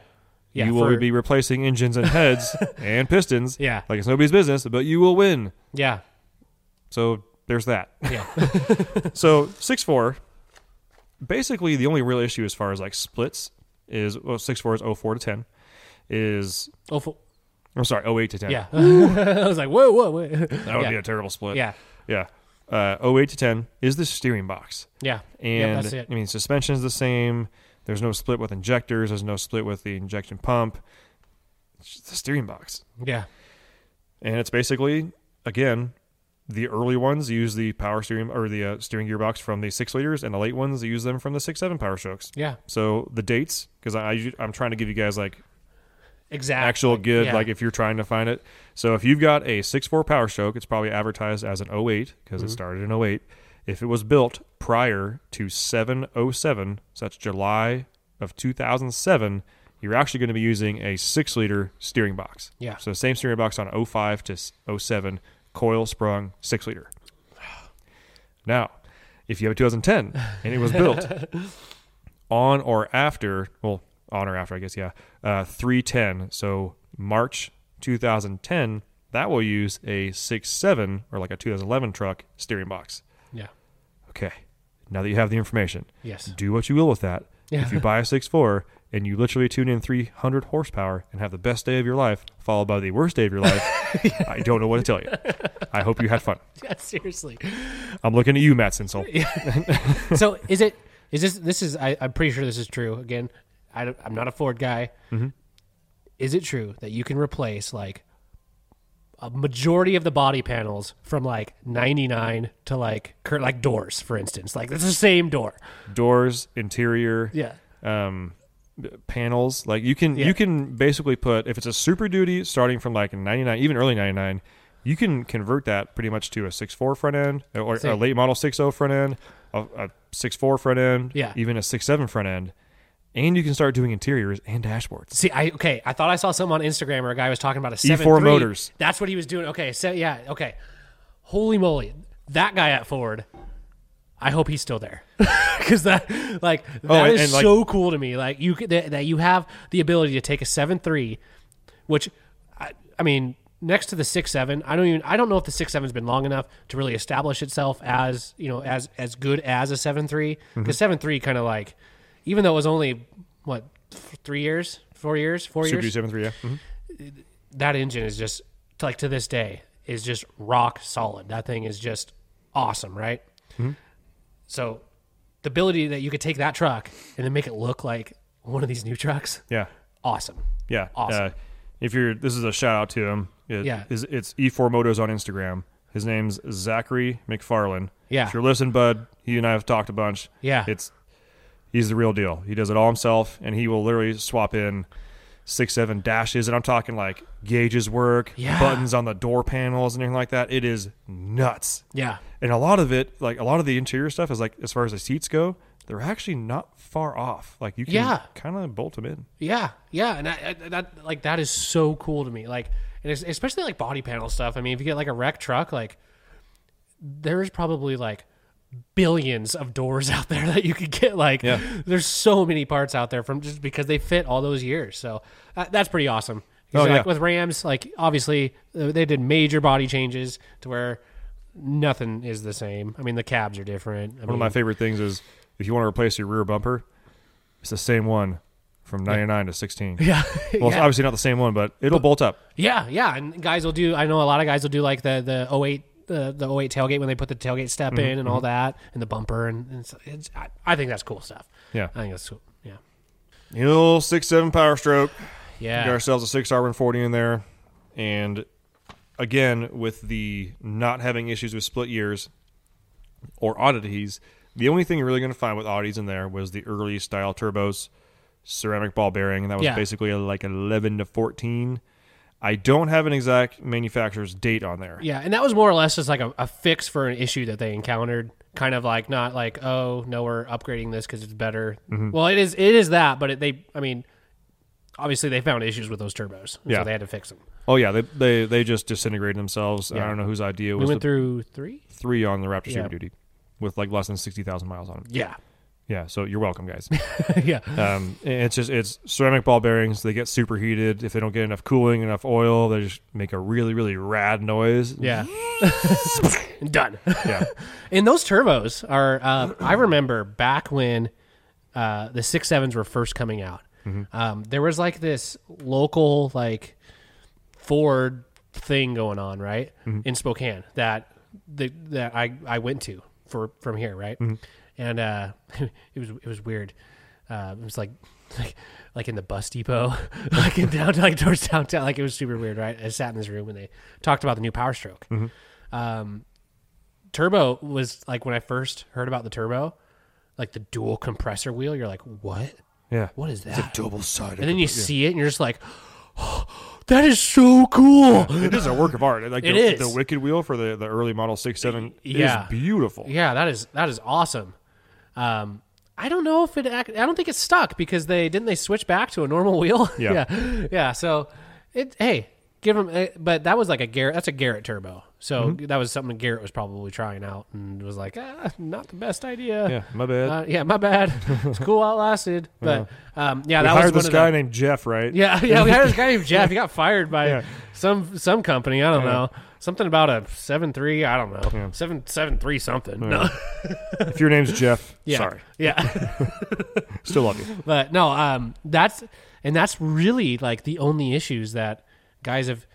S2: yeah.
S1: you will
S2: for-
S1: be replacing engines and heads and pistons,
S2: Yeah.
S1: like it's nobody's business, but you will win.
S2: yeah,
S1: So there's that.
S2: yeah,
S1: So six four, basically the only real issue as far as like splits is well six four is 04 to ten, is
S2: oh, fo-
S1: I'm sorry 08 to ten.
S2: yeah. I was like, whoa, whoa, whoa.
S1: that would
S2: yeah.
S1: be a terrible split.
S2: yeah,
S1: yeah. Uh, 08 to ten is the steering box.
S2: yeah,
S1: and
S2: yeah, that's it.
S1: I mean suspension's the same. There's no split with injectors. There's no split with the injection pump. It's just the steering box,
S2: Yeah,
S1: and it's basically again the early ones use the power steering or the uh, steering gearbox from the six liters, and the late ones use them from the six seven power strokes.
S2: yeah,
S1: So the dates, because I, I I'm trying to give you guys like
S2: exactly.
S1: actual good,
S2: yeah.
S1: like if you're trying to find it. So if you've got a 6.4 Power Stroke, it's probably advertised as an 08 because
S2: Mm-hmm.
S1: it started in 08. If it was built prior to 707, so that's July of 2007, you're actually going to be using a six liter steering box.
S2: Yeah.
S1: So same steering box on 05 to s- 07, coil sprung six liter. Now, if you have a 2010 and it was built on or after, well, on or after, I guess, yeah, uh, 310. So March 2010, that will use a six seven or like a 2011 truck steering box.
S2: yeah,
S1: Okay. Now that you have the information,
S2: yes,
S1: do what you will with that.
S2: Yeah.
S1: If you buy a six four and you literally tune in 300 horsepower and have the best day of your life, followed by the worst day of your life, I don't know what to tell you. I hope you had fun.
S2: yeah. Seriously.
S1: I'm looking at you, Matt Sinsel.
S2: so is it is this this is I, I'm pretty sure this is true again I, am not a ford guy
S1: Mm-hmm.
S2: is it true that you can replace like a majority of the body panels from like 99 to like cur- like doors for instance like it's the same door
S1: Doors, interior,
S2: yeah
S1: um, b- panels. Like you can
S2: Yeah.
S1: you can basically put if it's a Super Duty starting from like 99, even early 99, you can convert that pretty much to a 6.4 front end uh, or a
S2: Same.
S1: late model 6.0 front end, a, a 6.4 front end,
S2: Yeah.
S1: even a 6.7 front end, and you can start doing interiors and dashboards.
S2: see i okay i thought i saw something on instagram where a guy was talking about a 7
S1: E4 E motors.
S2: that's what he was doing okay so yeah okay holy moly that guy at ford I hope he's still there because that like that is
S1: Oh, and- and, like-
S2: so cool to me. Like you c- that, that you have the ability to take a seven three, which I, I mean next to the six seven. I don't even I don't know if the six seven's been long enough to really establish itself as you know as as good as a seven three because seven three kind of like even though it was only what th- three years four years four
S1: Super
S2: years
S1: Duty 7.3, yeah. Mhm.
S2: that engine is just to- like to this day is just rock solid. That thing is just awesome, right? So the ability that you could take that truck and then make it look like one of these new trucks,
S1: Yeah.
S2: awesome.
S1: Yeah.
S2: Awesome.
S1: Uh, if you're, this is a shout out to him. It-
S2: Yeah.
S1: is- It's E4 Motos on Instagram. His name's Zachary McFarlane.
S2: Yeah.
S1: If you're listening, bud, you and I have talked a bunch.
S2: Yeah.
S1: It's He's the real deal. He does it all himself, and he will literally swap in six, seven dashes, and I'm talking like gauges work,
S2: Yeah.
S1: buttons on the door panels, and everything like that. It is nuts.
S2: Yeah.
S1: And a lot of it, like a lot of the interior stuff, is like as far as the seats go, they're actually not far off. Like you can
S2: Yeah.
S1: kind of bolt them in.
S2: Yeah, yeah, and I, I, that like that is so cool to me. Like, and it's, especially like body panel stuff. I mean, if you get like a wreck truck, like there is probably like billions of doors out there that you could get. Like,
S1: Yeah.
S2: there's so many parts out there from just because they fit all those years. So uh, that's pretty awesome. 'Cause,
S1: Oh,
S2: like
S1: yeah.
S2: with Rams, like obviously uh, they did major body changes to where nothing is the same. I mean, the cabs are different. I
S1: One of my favorite things is if you want to replace your rear bumper, it's the same one from 99 to 16.
S2: yeah,
S1: Well, it's
S2: yeah.
S1: obviously not the same one, but it'll bolt up.
S2: Yeah, yeah, and guys will do. I know a lot of guys will do like the the 08 the the 08 tailgate when they put the tailgate step
S1: Mm-hmm,
S2: in and all that, and the bumper, and, and it's, it's I, I think that's cool stuff.
S1: Yeah.
S2: I think that's cool. Yeah,
S1: You know, six seven power stroke. We got
S2: yeah,
S1: ourselves a six R one forty in there, and again with the not having issues with split years or oddities, the only thing you're really going to find with oddities in there was the early style turbos, ceramic ball bearing, and that was
S2: Yeah.
S1: basically like eleven to fourteen. I don't have an exact manufacturer's date on there.
S2: yeah, and that was more or less just like a, a fix for an issue that they encountered. Kind of like not like oh no we're upgrading this because it's better.
S1: Mm-hmm.
S2: Well, it is it is that, but it, they I mean obviously they found issues with those turbos,
S1: Yeah.
S2: so they had to fix them.
S1: Oh yeah, they they, they just disintegrated themselves. I
S2: Yeah.
S1: don't know whose idea
S2: We
S1: was
S2: went
S1: the
S2: through three.
S1: three on the Raptor
S2: Yeah.
S1: Super Duty, with like less than sixty thousand miles on them.
S2: Yeah,
S1: Yeah, so you're welcome, guys.
S2: yeah,
S1: Um, it's just it's ceramic ball bearings. They get superheated if they don't get enough cooling, enough oil. They just make a really really rad noise.
S2: yeah. Done.
S1: yeah.
S2: And those turbos are, uh, I remember back when uh, the six sevens were first coming out. Um, there was like this local like Ford thing going on right in Spokane that the, that I, I went to for from here right, and uh, it was it was weird. Uh, it was like. Like, like in the bus depot, like in downtown, like towards downtown, like it was super weird, right? I sat in this room and they talked about the new Power Stroke, Um, turbo was like when I first heard about the turbo, like the dual compressor wheel. You're like, what?
S1: Yeah.
S2: What is that?
S4: Double sided.
S2: and then you see it, and you're just like, that is so cool. Yeah,
S1: It is a work of art. Like
S2: It
S1: the,
S2: is.
S1: the wicked wheel for the, the early model six seven
S2: Yeah.
S1: is beautiful.
S2: that is that is awesome. Um, I don't know if it. Act- I don't think it stuck because they didn't they switch back to a normal wheel.
S1: Yeah.
S2: yeah, yeah. So it hey. Give them, but that was like a Garrett. That's a Garrett turbo. So
S1: Mm-hmm.
S2: that was something Garrett was probably trying out and was like, ah, not the best idea.
S1: Yeah, my bad.
S2: Uh, yeah, my bad. It's cool while it lasted, but um,
S1: we
S2: yeah, that was
S1: hired
S2: one
S1: this
S2: of
S1: guy
S2: the,
S1: named Jeff, right?
S2: Yeah, yeah, we hired this guy named Jeff. He got fired by
S1: Yeah.
S2: some some company. I don't know something about a seven three. I don't know seven seven three something. No,
S1: If your name's Jeff,
S2: yeah,
S1: sorry,
S2: yeah,
S1: still love you.
S2: but no, um, that's and that's really like the only issues that guys have,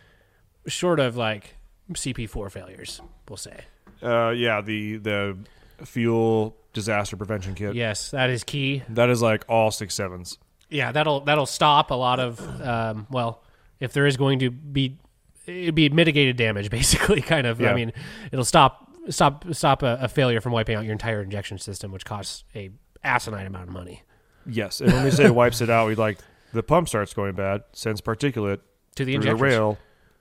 S2: short of like CP four failures, we'll say.
S1: Uh, yeah, the the fuel disaster prevention kit.
S2: Yes, that is key.
S1: That is like all six sevens.
S2: Yeah, that'll that'll stop a lot of um, well, if there is going to be it'd be mitigated damage basically kind of. I
S1: Yeah.
S2: mean, it'll stop stop stop a, a failure from wiping out your entire injection system, which costs a asinine amount of money
S1: Yes, and when we say wipes it out, we like the pump starts going bad, sends particulate
S2: to the
S1: through
S2: injection.
S1: the rail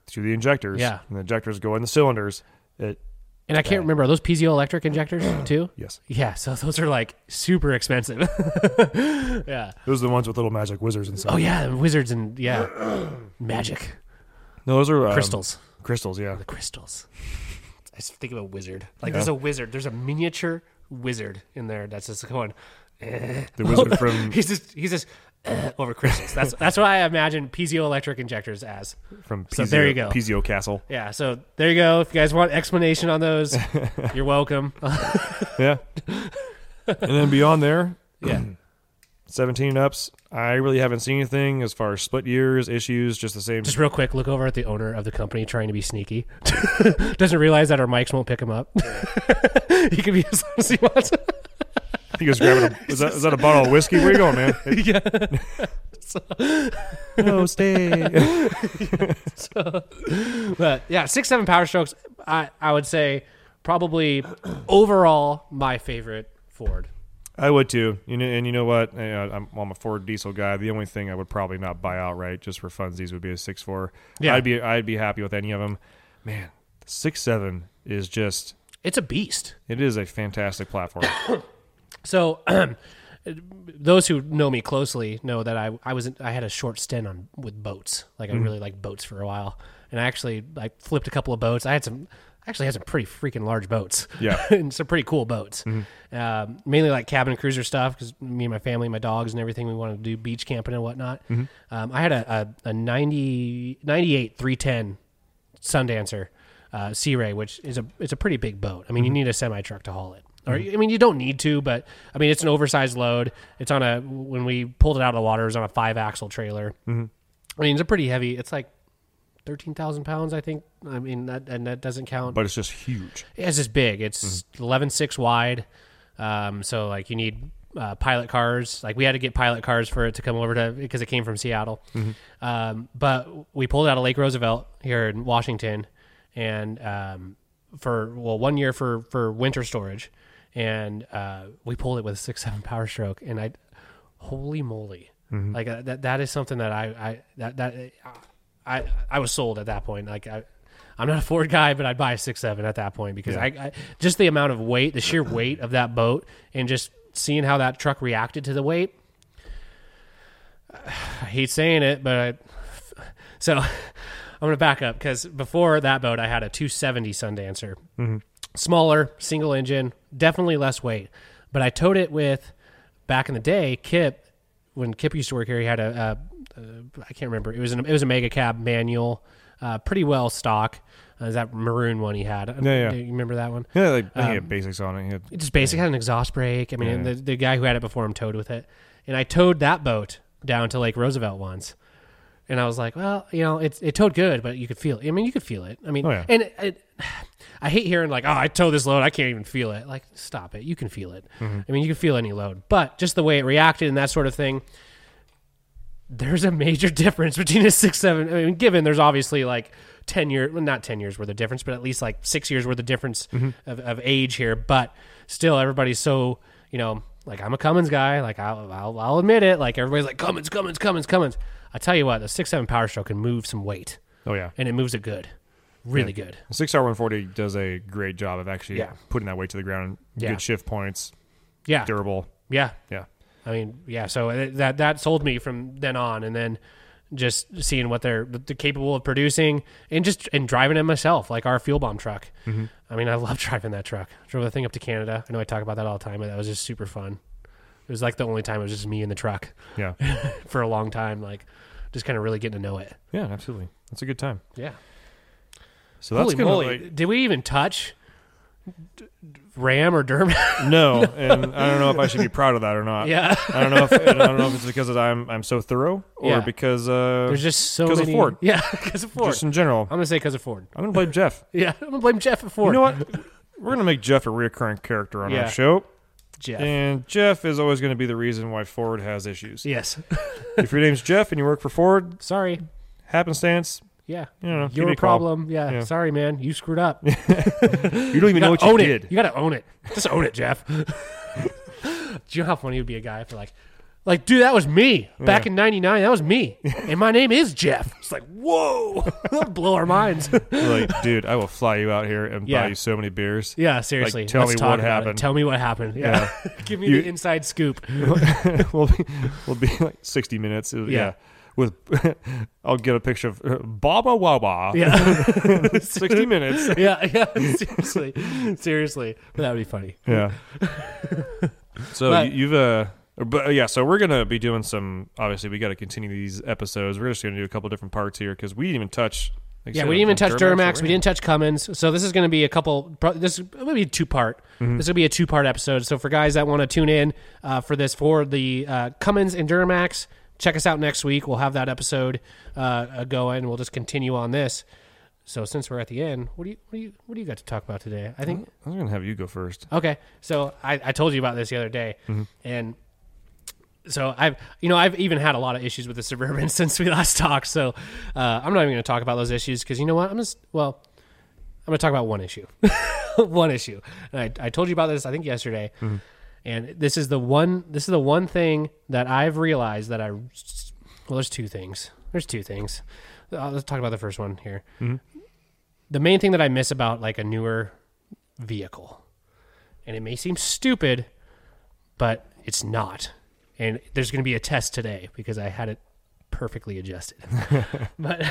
S1: to the injectors.
S2: Yeah.
S1: And the injectors go in the cylinders. It,
S2: And I can't remember are those piezoelectric injectors too?
S1: yes.
S2: Yeah, so those are like super expensive. yeah.
S1: Those are the ones with little magic wizards inside.
S2: Oh yeah, wizards and yeah, magic
S1: No, those are um,
S2: crystals.
S1: Crystals, yeah.
S2: the crystals. I just think of a wizard. Like there's a wizard. There's a miniature wizard in there that's just going. eh.
S1: The wizard from,
S2: He's just he's just eh, over crystals. That's that's what I imagine piezoelectric injectors as.
S1: from Pizio,
S2: So there you go.
S1: Pizio Castle.
S2: Yeah. So there you go. If you guys want explanation on those, you're welcome. Uh,
S1: Yeah. and then beyond there,
S2: yeah.
S1: 17 and ups, I really haven't seen anything as far as split years, issues, just the same.
S2: Just real quick, look over at the owner of the company trying to be sneaky. Doesn't realize that our mics won't pick him up. he could be as loud as he wants.
S1: I think it's grabbing a, is, that, is that a bottle of whiskey? Where you going, man?
S2: yeah.
S1: no, stay.
S2: But yeah, six seven power strokes. I I would say probably overall my favorite Ford.
S1: I would too. You know, and you know what? Eh, I- I'm, I'm a Ford diesel guy. The only thing I would probably not buy outright just for funsies would be a six four.
S2: Yeah.
S1: I'd be I'd be happy with any of them. Man, six seven is just
S2: It's a beast.
S1: it is a fantastic platform.
S2: So, those who know me closely know that I I was I had a short stint on with boats. Like I really liked boats for a while, and I actually like flipped a couple of boats. I had some I actually had some pretty freaking large boats.
S1: Yeah.
S2: and some pretty cool boats. Um, mainly like cabin cruiser stuff because me and my family, my dogs, and everything we wanted to do beach camping and whatnot. Um, I had a a, a 90, 98 310 Sundancer uh, Sea Ray, which is a it's a pretty big boat. I mean, you need a semi truck to haul it. Or I mean, you don't need to, but I mean, it's an oversized load. It's on a when we pulled it out of the water, it was on a five axle trailer. I mean, it's a pretty heavy. It's like thirteen thousand pounds, I think. I mean, that, and that doesn't count.
S1: but it's just huge.
S2: It's just big. It's eleven six wide. Um, so like you need uh, pilot cars. Like we had to get pilot cars for it to come over to because it came from Seattle. Um, but we pulled out of Lake Roosevelt here in Washington, and um, for well one year for for winter storage, and uh, we pulled it with a six seven power stroke, and I, holy moly, like uh, that that is something that I I that that. I, I was sold at that point. Like I, I'm not a Ford guy, but I'd buy a six seven at that point because I, I just the amount of weight, the sheer weight of that boat, and just seeing how that truck reacted to the weight. I hate saying it, but I, so I'm gonna back up because before that boat, I had a 270 Sundancer,
S1: Mm-hmm.
S2: smaller, single engine, definitely less weight, but I towed it with back in the day Kip when Kip used to work here, he had a, a, a I can't remember. It was an, it was a mega cab manual, uh, pretty well stock. Uh, that maroon one he had.
S1: yeah.
S2: Do you remember that one?
S1: Yeah, like he
S2: Um,
S1: had basics on it. He had-
S2: It just basic had an exhaust brake. I mean, and the, the guy who had it before him towed with it, and I towed that boat down to Lake Roosevelt once, and I was like, well, you know, it it towed good, but you could feel. It. I mean, you could feel it. I mean,
S1: Oh, yeah.
S2: and it, it, I hate hearing like, oh, I tow this load, I can't even feel it. Like, stop it. You can feel it.
S1: Mm-hmm.
S2: I mean, you can feel any load, but just the way it reacted and that sort of thing there's a major difference between a six seven. I mean, given there's obviously like ten year, well, not ten years worth of difference, but at least like six years worth of difference of, of age here. But still, everybody's so you know, like I'm a Cummins guy. Like I'll, I'll, I'll admit it. Like everybody's like Cummins, Cummins, Cummins, Cummins. I tell you what, the six seven Power Stroke can move some weight,
S1: oh yeah,
S2: and it moves it good, really good.
S1: six R one forty does a great job of actually
S2: Yeah.
S1: putting that weight to the ground.
S2: Yeah.
S1: Good shift points,
S2: Yeah,
S1: durable.
S2: yeah.
S1: Yeah,
S2: I mean, yeah. So th- that that sold me from then on, and then just seeing what they're, what they're capable of producing, and just and driving it myself, like our fuel bomb truck.
S1: Mm-hmm.
S2: I mean, I love driving that truck. Drove the thing up to Canada. I know I talk about that all the time, but that was just super fun. It was like the only time it was just me in the truck
S1: yeah,
S2: for a long time, like just kind of really getting to know it.
S1: yeah. Absolutely, that's a good time.
S2: Yeah.
S1: So that's
S2: Holy
S1: gonna
S2: moly!
S1: like-
S2: Did we even touch d- d- Ram or Dermot?
S1: No, and I don't know if I should be proud of that or not.
S2: yeah.
S1: I don't know if I don't know if it's because I'm I'm so thorough or
S2: Yeah.
S1: because uh
S2: There's just so
S1: 'Cause of
S2: many.
S1: Ford.
S2: Yeah, because of Ford.
S1: just in general.
S2: I'm gonna say because of Ford.
S1: I'm gonna blame Jeff.
S2: Yeah, I'm gonna blame Jeff for Ford.
S1: You know what? We're gonna make Jeff a recurring character on
S2: Yeah.
S1: our show,
S2: Jeff.
S1: and Jeff is always gonna be the reason why Ford has issues.
S2: Yes.
S1: If your name's Jeff and you work for Ford,
S2: Sorry.
S1: happenstance,
S2: Yeah.
S1: you know, give me
S2: Your
S1: a call.
S2: problem. Yeah.
S1: Yeah.
S2: Sorry, man. You screwed up. You
S1: You don't even know
S2: gotta
S1: what
S2: own
S1: you
S2: it.
S1: did.
S2: You gotta own it. Just own it, Jeff. Do you know how funny it would be a guy for like, like, dude, that was me back in '99. That was me, and my name is Jeff. It's like, whoa, That'll blow our minds.
S1: like, dude, I will fly you out here and
S2: Yeah.
S1: buy you so many beers.
S2: Yeah, seriously.
S1: tell
S2: Let's
S1: me
S2: talk
S1: what
S2: about it.
S1: happened.
S2: Tell me what happened. Yeah, give me
S1: You-
S2: the inside scoop.
S1: we'll be we'll be like sixty minutes. It'll-
S2: Yeah.
S1: yeah. With I'll get a picture of uh, Baba Wawa.
S2: Yeah,
S1: Sixty minutes.
S2: yeah, yeah. Seriously, seriously. But that would be funny.
S1: Yeah. so
S2: But-
S1: you, you've uh but uh, yeah, so we're gonna be doing some. Obviously, we got to continue these episodes. We're just gonna do a couple different parts here because we didn't even touch. like I
S2: Yeah,
S1: said,
S2: we didn't even
S1: on
S2: touch Duramax.
S1: or
S2: We didn't touch Cummins. So this is going to be a couple. pro- This is maybe a two part. This will be a two part episode. So for guys that want to tune in uh, for this for the uh, Cummins and Duramax, check us out next week. We'll have that episode uh, uh, going. We'll just continue on this. So since we're at the end, what do you what do you what do you got to talk about today? I think
S1: anything. I'm gonna have you go first.
S2: Okay, so I, I told you about this the other day, and so I've you know I've even had a lot of issues with the suburban since we last talked. So uh, I'm not even going to talk about those issues because you know what I'm just well I'm going to talk about one issue, one issue, and I, I told you about this I think yesterday, And this is the one. This is the one thing that I've realized that I. Well, there's two things. There's two things. Uh, let's talk about the first one here. The main thing that I miss about like a newer vehicle, and it may seem stupid, but it's not. And there's going to be a test today because I had it perfectly adjusted. but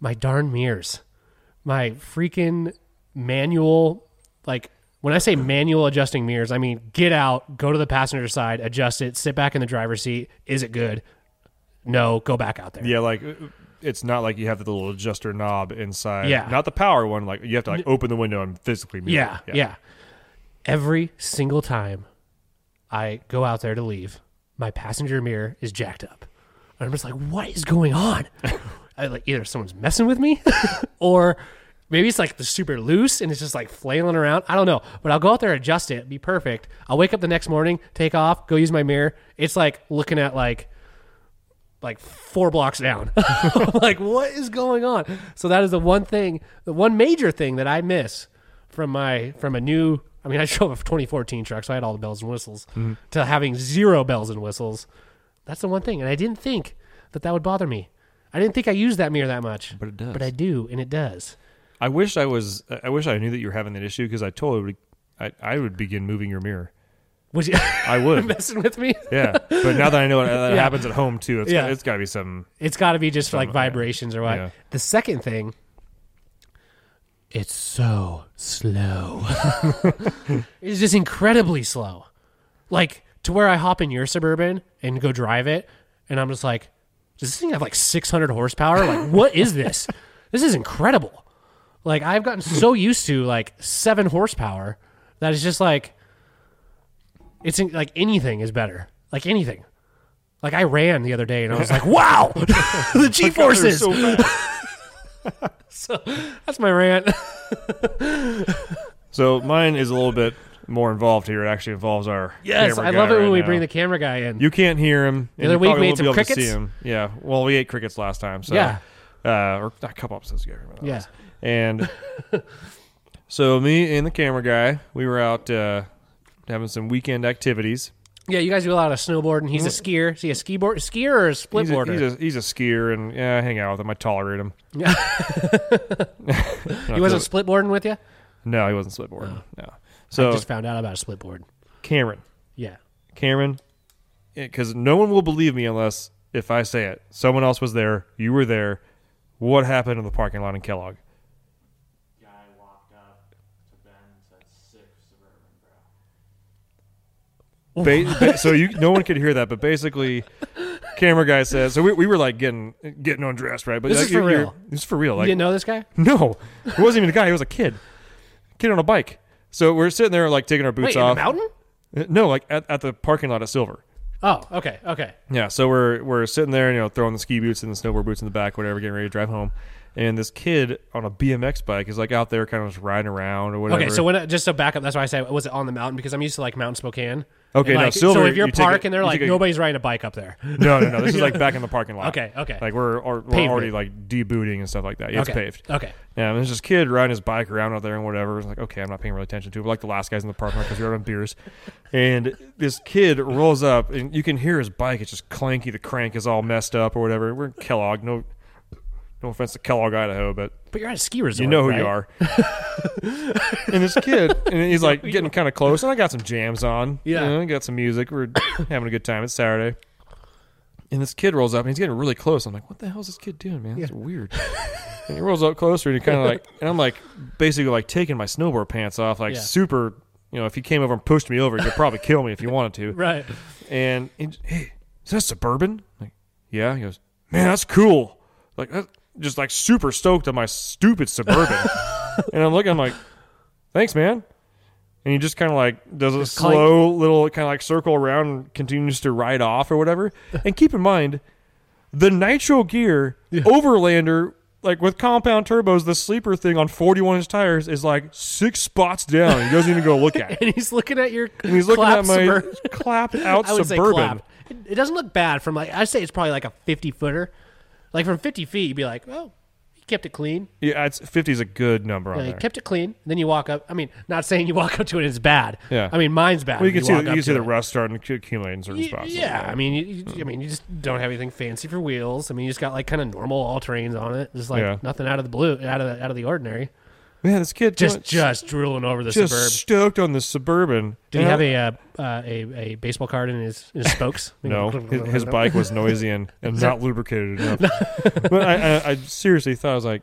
S2: my darn mirrors, my freaking manual, like when I say manual adjusting mirrors, I mean get out, go to the passenger side, adjust it, sit back in the driver's seat. Is it good? No, go back out there.
S1: Yeah, like uh, it's not like you have the little adjuster knob inside.
S2: Yeah.
S1: Not the power one. Like you have to like open the window and physically move.
S2: Yeah,
S1: it.
S2: yeah. Every single time I go out there to leave, my passenger mirror is jacked up. And I'm just like, what is going on? I, like either someone's messing with me, or maybe it's like the super loose and it's just like flailing around. I don't know, but I'll go out there, adjust it, be perfect. I'll wake up the next morning, take off, go use my mirror. It's like looking at like like four blocks down. I'm like, what is going on? So that is the one thing, the one major thing that I miss from my from a new. I mean, I drove a 2014 truck, so I had all the bells and whistles.
S1: Mm-hmm.
S2: To having zero bells and whistles, that's the one thing. And I didn't think that that would bother me. I didn't think I used that mirror that much,
S1: But it does.
S2: But I do, and it does.
S1: I wish I was. I wish I knew that you were having that issue because I totally would. I, I would begin moving your mirror.
S2: Was you
S1: I would.
S2: messing with me?
S1: yeah. But now that I know it, that
S2: Yeah.
S1: happens at home too, it's,
S2: Yeah.
S1: it's got to be some.
S2: It's got to be just like vibrations or what.
S1: yeah.
S2: The second thing, it's so slow. it's just incredibly slow. Like to where I hop in your suburban and go drive it, and I'm just like, does this thing have like 600 horsepower? Like, what is this? This is incredible. Like I've gotten so used to like seven horsepower that it's just like, it's in, like anything is better. Like anything. Like I ran the other day and I was like, wow, the G forces.
S1: So fast.
S2: That's my rant.
S1: so mine is a little bit more involved here. It actually involves our.
S2: yes,
S1: camera
S2: I love
S1: guy
S2: it when
S1: right
S2: we
S1: now.
S2: bring the camera guy in.
S1: You can't hear him. The
S2: other week we ate some crickets.
S1: Yeah. Well, we ate crickets last time. So,
S2: Yeah.
S1: Uh, or a couple episodes ago. I remember that
S2: Yeah.
S1: was. And so me and the camera guy, we were out uh, having some weekend activities.
S2: yeah, you guys do a lot of snowboarding. He's a skier. Is he a ski board, skier or a split
S1: Mm-hmm. He's a,
S2: boarder?
S1: he's a he's a skier, and yeah, I hang out with him. I tolerate him.
S2: he wasn't split boarding with you?
S1: No, he wasn't splitboard. No.
S2: I
S1: So
S2: just found out about a split board.
S1: Cameron,
S2: Yeah.
S1: Cameron, because no one will believe me unless if I say it. Someone else was there. You were there. What happened in the parking lot in Kellogg?
S5: guy walked up to Ben and said, sick suburban, bro.
S1: Ba- ba- so you, no one could hear that, but basically, camera guy says. So we, we were like getting getting undressed, right? But
S2: This
S1: like,
S2: is for
S1: you're-
S2: real.
S1: you're- This is for real.
S2: you
S1: Like
S2: didn't know this guy?
S1: no, it wasn't even a guy. It was a kid, kid on a bike. So we're sitting there like taking our boots
S2: Wait, in
S1: off.
S2: the mountain?
S1: Uh, No, like at, at the parking lot at Silver.
S2: Oh, okay, okay.
S1: Yeah, so we're we're sitting there, you know, throwing the ski boots and the snowboard boots in the back, whatever, getting ready to drive home. And this kid on a BMX bike is like out there, kind of just riding around or whatever.
S2: Okay, so when I, just to back up, that's why I say was it on the mountain because I'm used to like Mountain Spokane.
S1: Okay,
S2: And,
S1: now
S2: like,
S1: Silver,
S2: So if you're
S1: you take a-
S2: parking there,
S1: you
S2: like
S1: take a-
S2: nobody's riding a bike up there.
S1: no, no, no, this is like back in the parking lot.
S2: Okay, okay.
S1: Like we're, or, we're
S2: Pavement.
S1: already like debooting and stuff like that. Yeah, it's
S2: okay,
S1: paved.
S2: Okay.
S1: Yeah, and there's this kid riding his bike around out there and whatever. It's like, okay, I'm not paying real attention to it. We're like the last guys in the parking lot because we we're having beers. And this kid rolls up, and you can hear his bike. It's just clanky. The crank is all messed up or whatever. We're in Kellogg. No, no offense to Kellogg, Idaho, but
S2: But you're at a ski resort.
S1: you know who
S2: right?
S1: you are. and this kid, and he's like getting kind of close, and I got some jams on.
S2: Yeah.
S1: You know, I got some music. We're having a good time. It's Saturday. And this kid rolls up, and he's getting really close. I'm like, what the hell is this kid doing, man? That's weird. and he rolls up closer, and he kind of like, and I'm like, basically like taking my snowboard pants off, like
S2: Yeah.
S1: super. You know, if he came over and pushed me over, he could probably kill me if he wanted to.
S2: Right.
S1: And he, hey, is that suburban? I'm like, yeah. He goes, man, that's cool. Like, that, just like super stoked on my stupid suburban. and I'm looking, I'm like, thanks, man. And he just kind of like does a
S2: clank.
S1: slow little kind of like circle around and continues to ride off or whatever. and keep in mind, the Nitro Gear Overlander, like with compound turbos, the sleeper thing on 41 inch tires is like six spots down. He doesn't even go look at it.
S2: And he's looking at your.
S1: And he's looking
S2: clap
S1: at my
S2: suburban.
S1: clapped out
S2: I would
S1: suburban.
S2: say clap. It, it doesn't look bad from like I'd say it's probably like a fifty footer. Like from fifty feet, you'd be like, oh, He kept it clean.
S1: Yeah, it's fifty is a good number on
S2: Yeah, he
S1: there.
S2: kept it clean. Then you walk up. I mean, not saying you walk up to it and it's bad.
S1: Yeah.
S2: I mean, mine's bad.
S1: well, you can
S2: if
S1: see
S2: walk
S1: you
S2: up
S1: can see
S2: to
S1: the
S2: it.
S1: rust starting to accumulate in certain
S2: Y-
S1: spots.
S2: Yeah, I mean, you, you- I mean, you just don't have anything fancy for wheels. I mean, you just got like kind of normal all terrains on it, just like
S1: Yeah.
S2: nothing out of the blue, out of the, out of the ordinary.
S1: man, this kid
S2: Just
S1: doing-
S2: just drooling over the
S1: just
S2: suburb.
S1: stoked on the suburban.
S2: Did he have a uh, uh, a a baseball card in his, in his spokes?
S1: No, his, his bike was noisy and, and not lubricated enough. but I, I, I seriously thought I was like,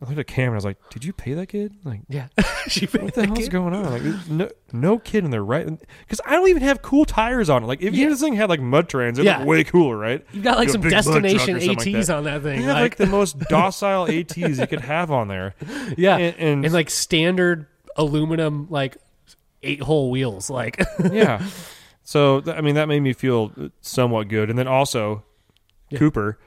S1: I looked at Cameron. I was like, "Did you pay that kid? Like,
S2: Yeah, she
S1: what the hell's going on? Like, there's no, no kid in there, right? Because I don't even have cool tires on it. Like, if you
S2: Yeah.
S1: this thing had like mud trains, it'd
S2: Yeah.
S1: look way cooler, right?
S2: You got like some
S1: big mud truck or
S2: destination
S1: something like
S2: ATs
S1: that.
S2: on that
S1: They
S2: thing.
S1: have like
S2: Like,
S1: the most docile ATs you could have on there.
S2: yeah,
S1: and-
S2: and,
S1: and-
S2: like standard aluminum like eight hole wheels. Like
S1: yeah. So th- I mean, that made me feel uh, somewhat good. And then also, Cooper,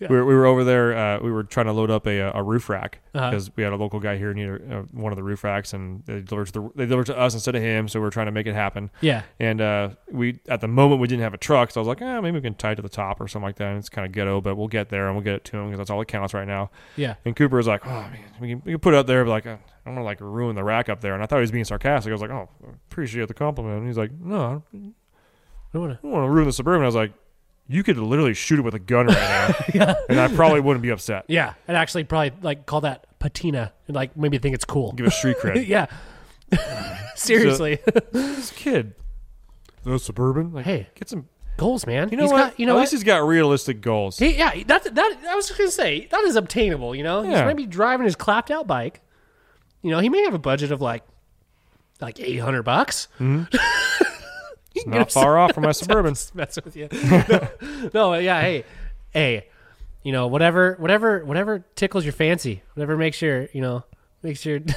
S1: we, were, we were over there. Uh, we were trying to load up a, uh, a roof rack
S2: Uh-huh.
S1: because we had a local guy here near uh, one of the roof racks, and they delivered to the, they delivered to us instead of him. So we are trying to make it happen.
S2: yeah,
S1: And uh, we at the moment we didn't have a truck, so I was like, ah, maybe we can tie it to the top or something like that. And it's kind of ghetto, but we'll get there and we'll get it to him because that's all that counts right now.
S2: yeah.
S1: And Cooper was like, "Oh man, we can, we can put it up there, but like, uh, I don't want to like ruin the rack up there." And I thought he was being sarcastic. I was like, "Oh, appreciate the compliment." And he's like, "No, I
S2: I don't wanna-
S1: don't want to ruin the suburban." I was like, "You could literally shoot it with a gun right now, and I probably wouldn't be upset.
S2: Yeah, and actually probably like call that patina and like maybe think it's cool.
S1: Give it street cred."
S2: yeah. Seriously,
S1: This kid, the suburban, like,
S2: Hey.
S1: get some.
S2: goals, man.
S1: You know
S2: He's
S1: what?
S2: got- you know
S1: At
S2: what?
S1: least he's got realistic goals.
S2: He, yeah, that that I was just gonna say that is obtainable. You know, he's
S1: Yeah.
S2: gonna be driving his clapped out bike. You know, he may have a budget of like like eight hundred bucks.
S1: It's not far off from my suburban.
S2: Mess with you? No, no, yeah, hey, hey, you know, whatever, whatever, whatever tickles your fancy, whatever makes your, you know, makes your.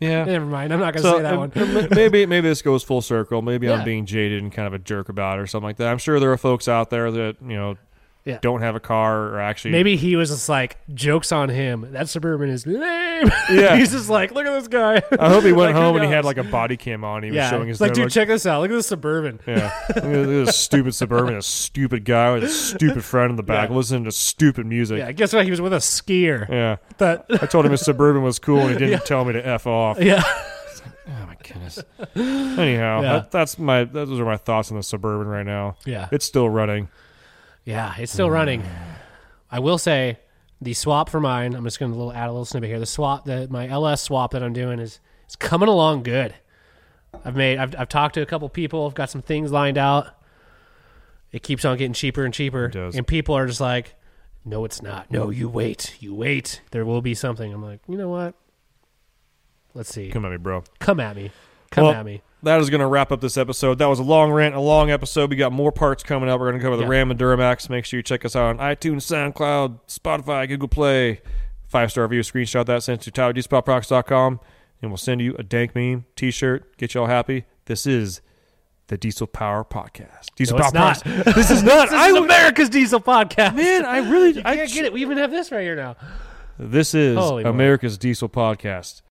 S1: Yeah.
S2: Never mind, I'm not gonna
S1: So
S2: say that
S1: and-
S2: one.
S1: and ma- maybe maybe this goes full circle. Maybe I'm
S2: Yeah.
S1: being jaded and kind of a jerk about it or something like that. I'm sure there are folks out there that you know
S2: Yeah.
S1: don't have a car or actually
S2: Maybe he was just like, jokes on him. That suburban is lame.
S1: Yeah.
S2: he's just like, look at this guy.
S1: I hope he went
S2: Like, who
S1: home and he had
S2: knows?
S1: like a body cam on. He was
S2: yeah,
S1: showing his
S2: it's like,
S1: dad,
S2: dude, check this out. Look at this suburban.
S1: yeah, Look at this stupid suburban, a stupid guy with a stupid friend in the back
S2: Yeah.
S1: listening to stupid music.
S2: Yeah,
S1: Yeah.
S2: guess what? He was with a skier. That
S1: I told him his suburban was cool, and he didn't tell me to f off.
S2: yeah.
S1: Oh my goodness. Anyhow,
S2: Yeah.
S1: that, that's my those are my thoughts on the suburban right now.
S2: Yeah.
S1: it's still running.
S2: Yeah, it's still running. I will say the swap for mine, I'm just going to little add a little snippet here. The swap that my LS swap that I'm doing is is coming along good. I've made I've I've talked to a couple people, I've got some things lined out. It keeps on getting cheaper and cheaper.
S1: does.
S2: And people are just like, "No, it's not. No, you wait. You wait. There will be something." I'm like, "You know what? Let's see. Come,
S1: Come at me, bro.
S2: at me. Come
S1: Well,
S2: at me."
S1: That is going to wrap up this episode. That was a long rant, a long episode. We got more parts coming up. We're going to cover the
S2: Yeah.
S1: Ram and Duramax. Make sure you check us out on iTunes, SoundCloud, Spotify, Google Play. Five star review, screenshot that, send it to TowerDSpotProx.com, and we'll send you a dank meme t shirt. Get y'all happy. This is the Diesel Power Podcast. Diesel
S2: No, it's
S1: Power
S2: not.
S1: Podcast. This is not.
S2: This is America's Diesel podcast.
S1: man, I really.
S2: you
S1: I
S2: can't get it. We even have this right here now.
S1: This is
S2: Holy moly.
S1: America's Diesel Podcast.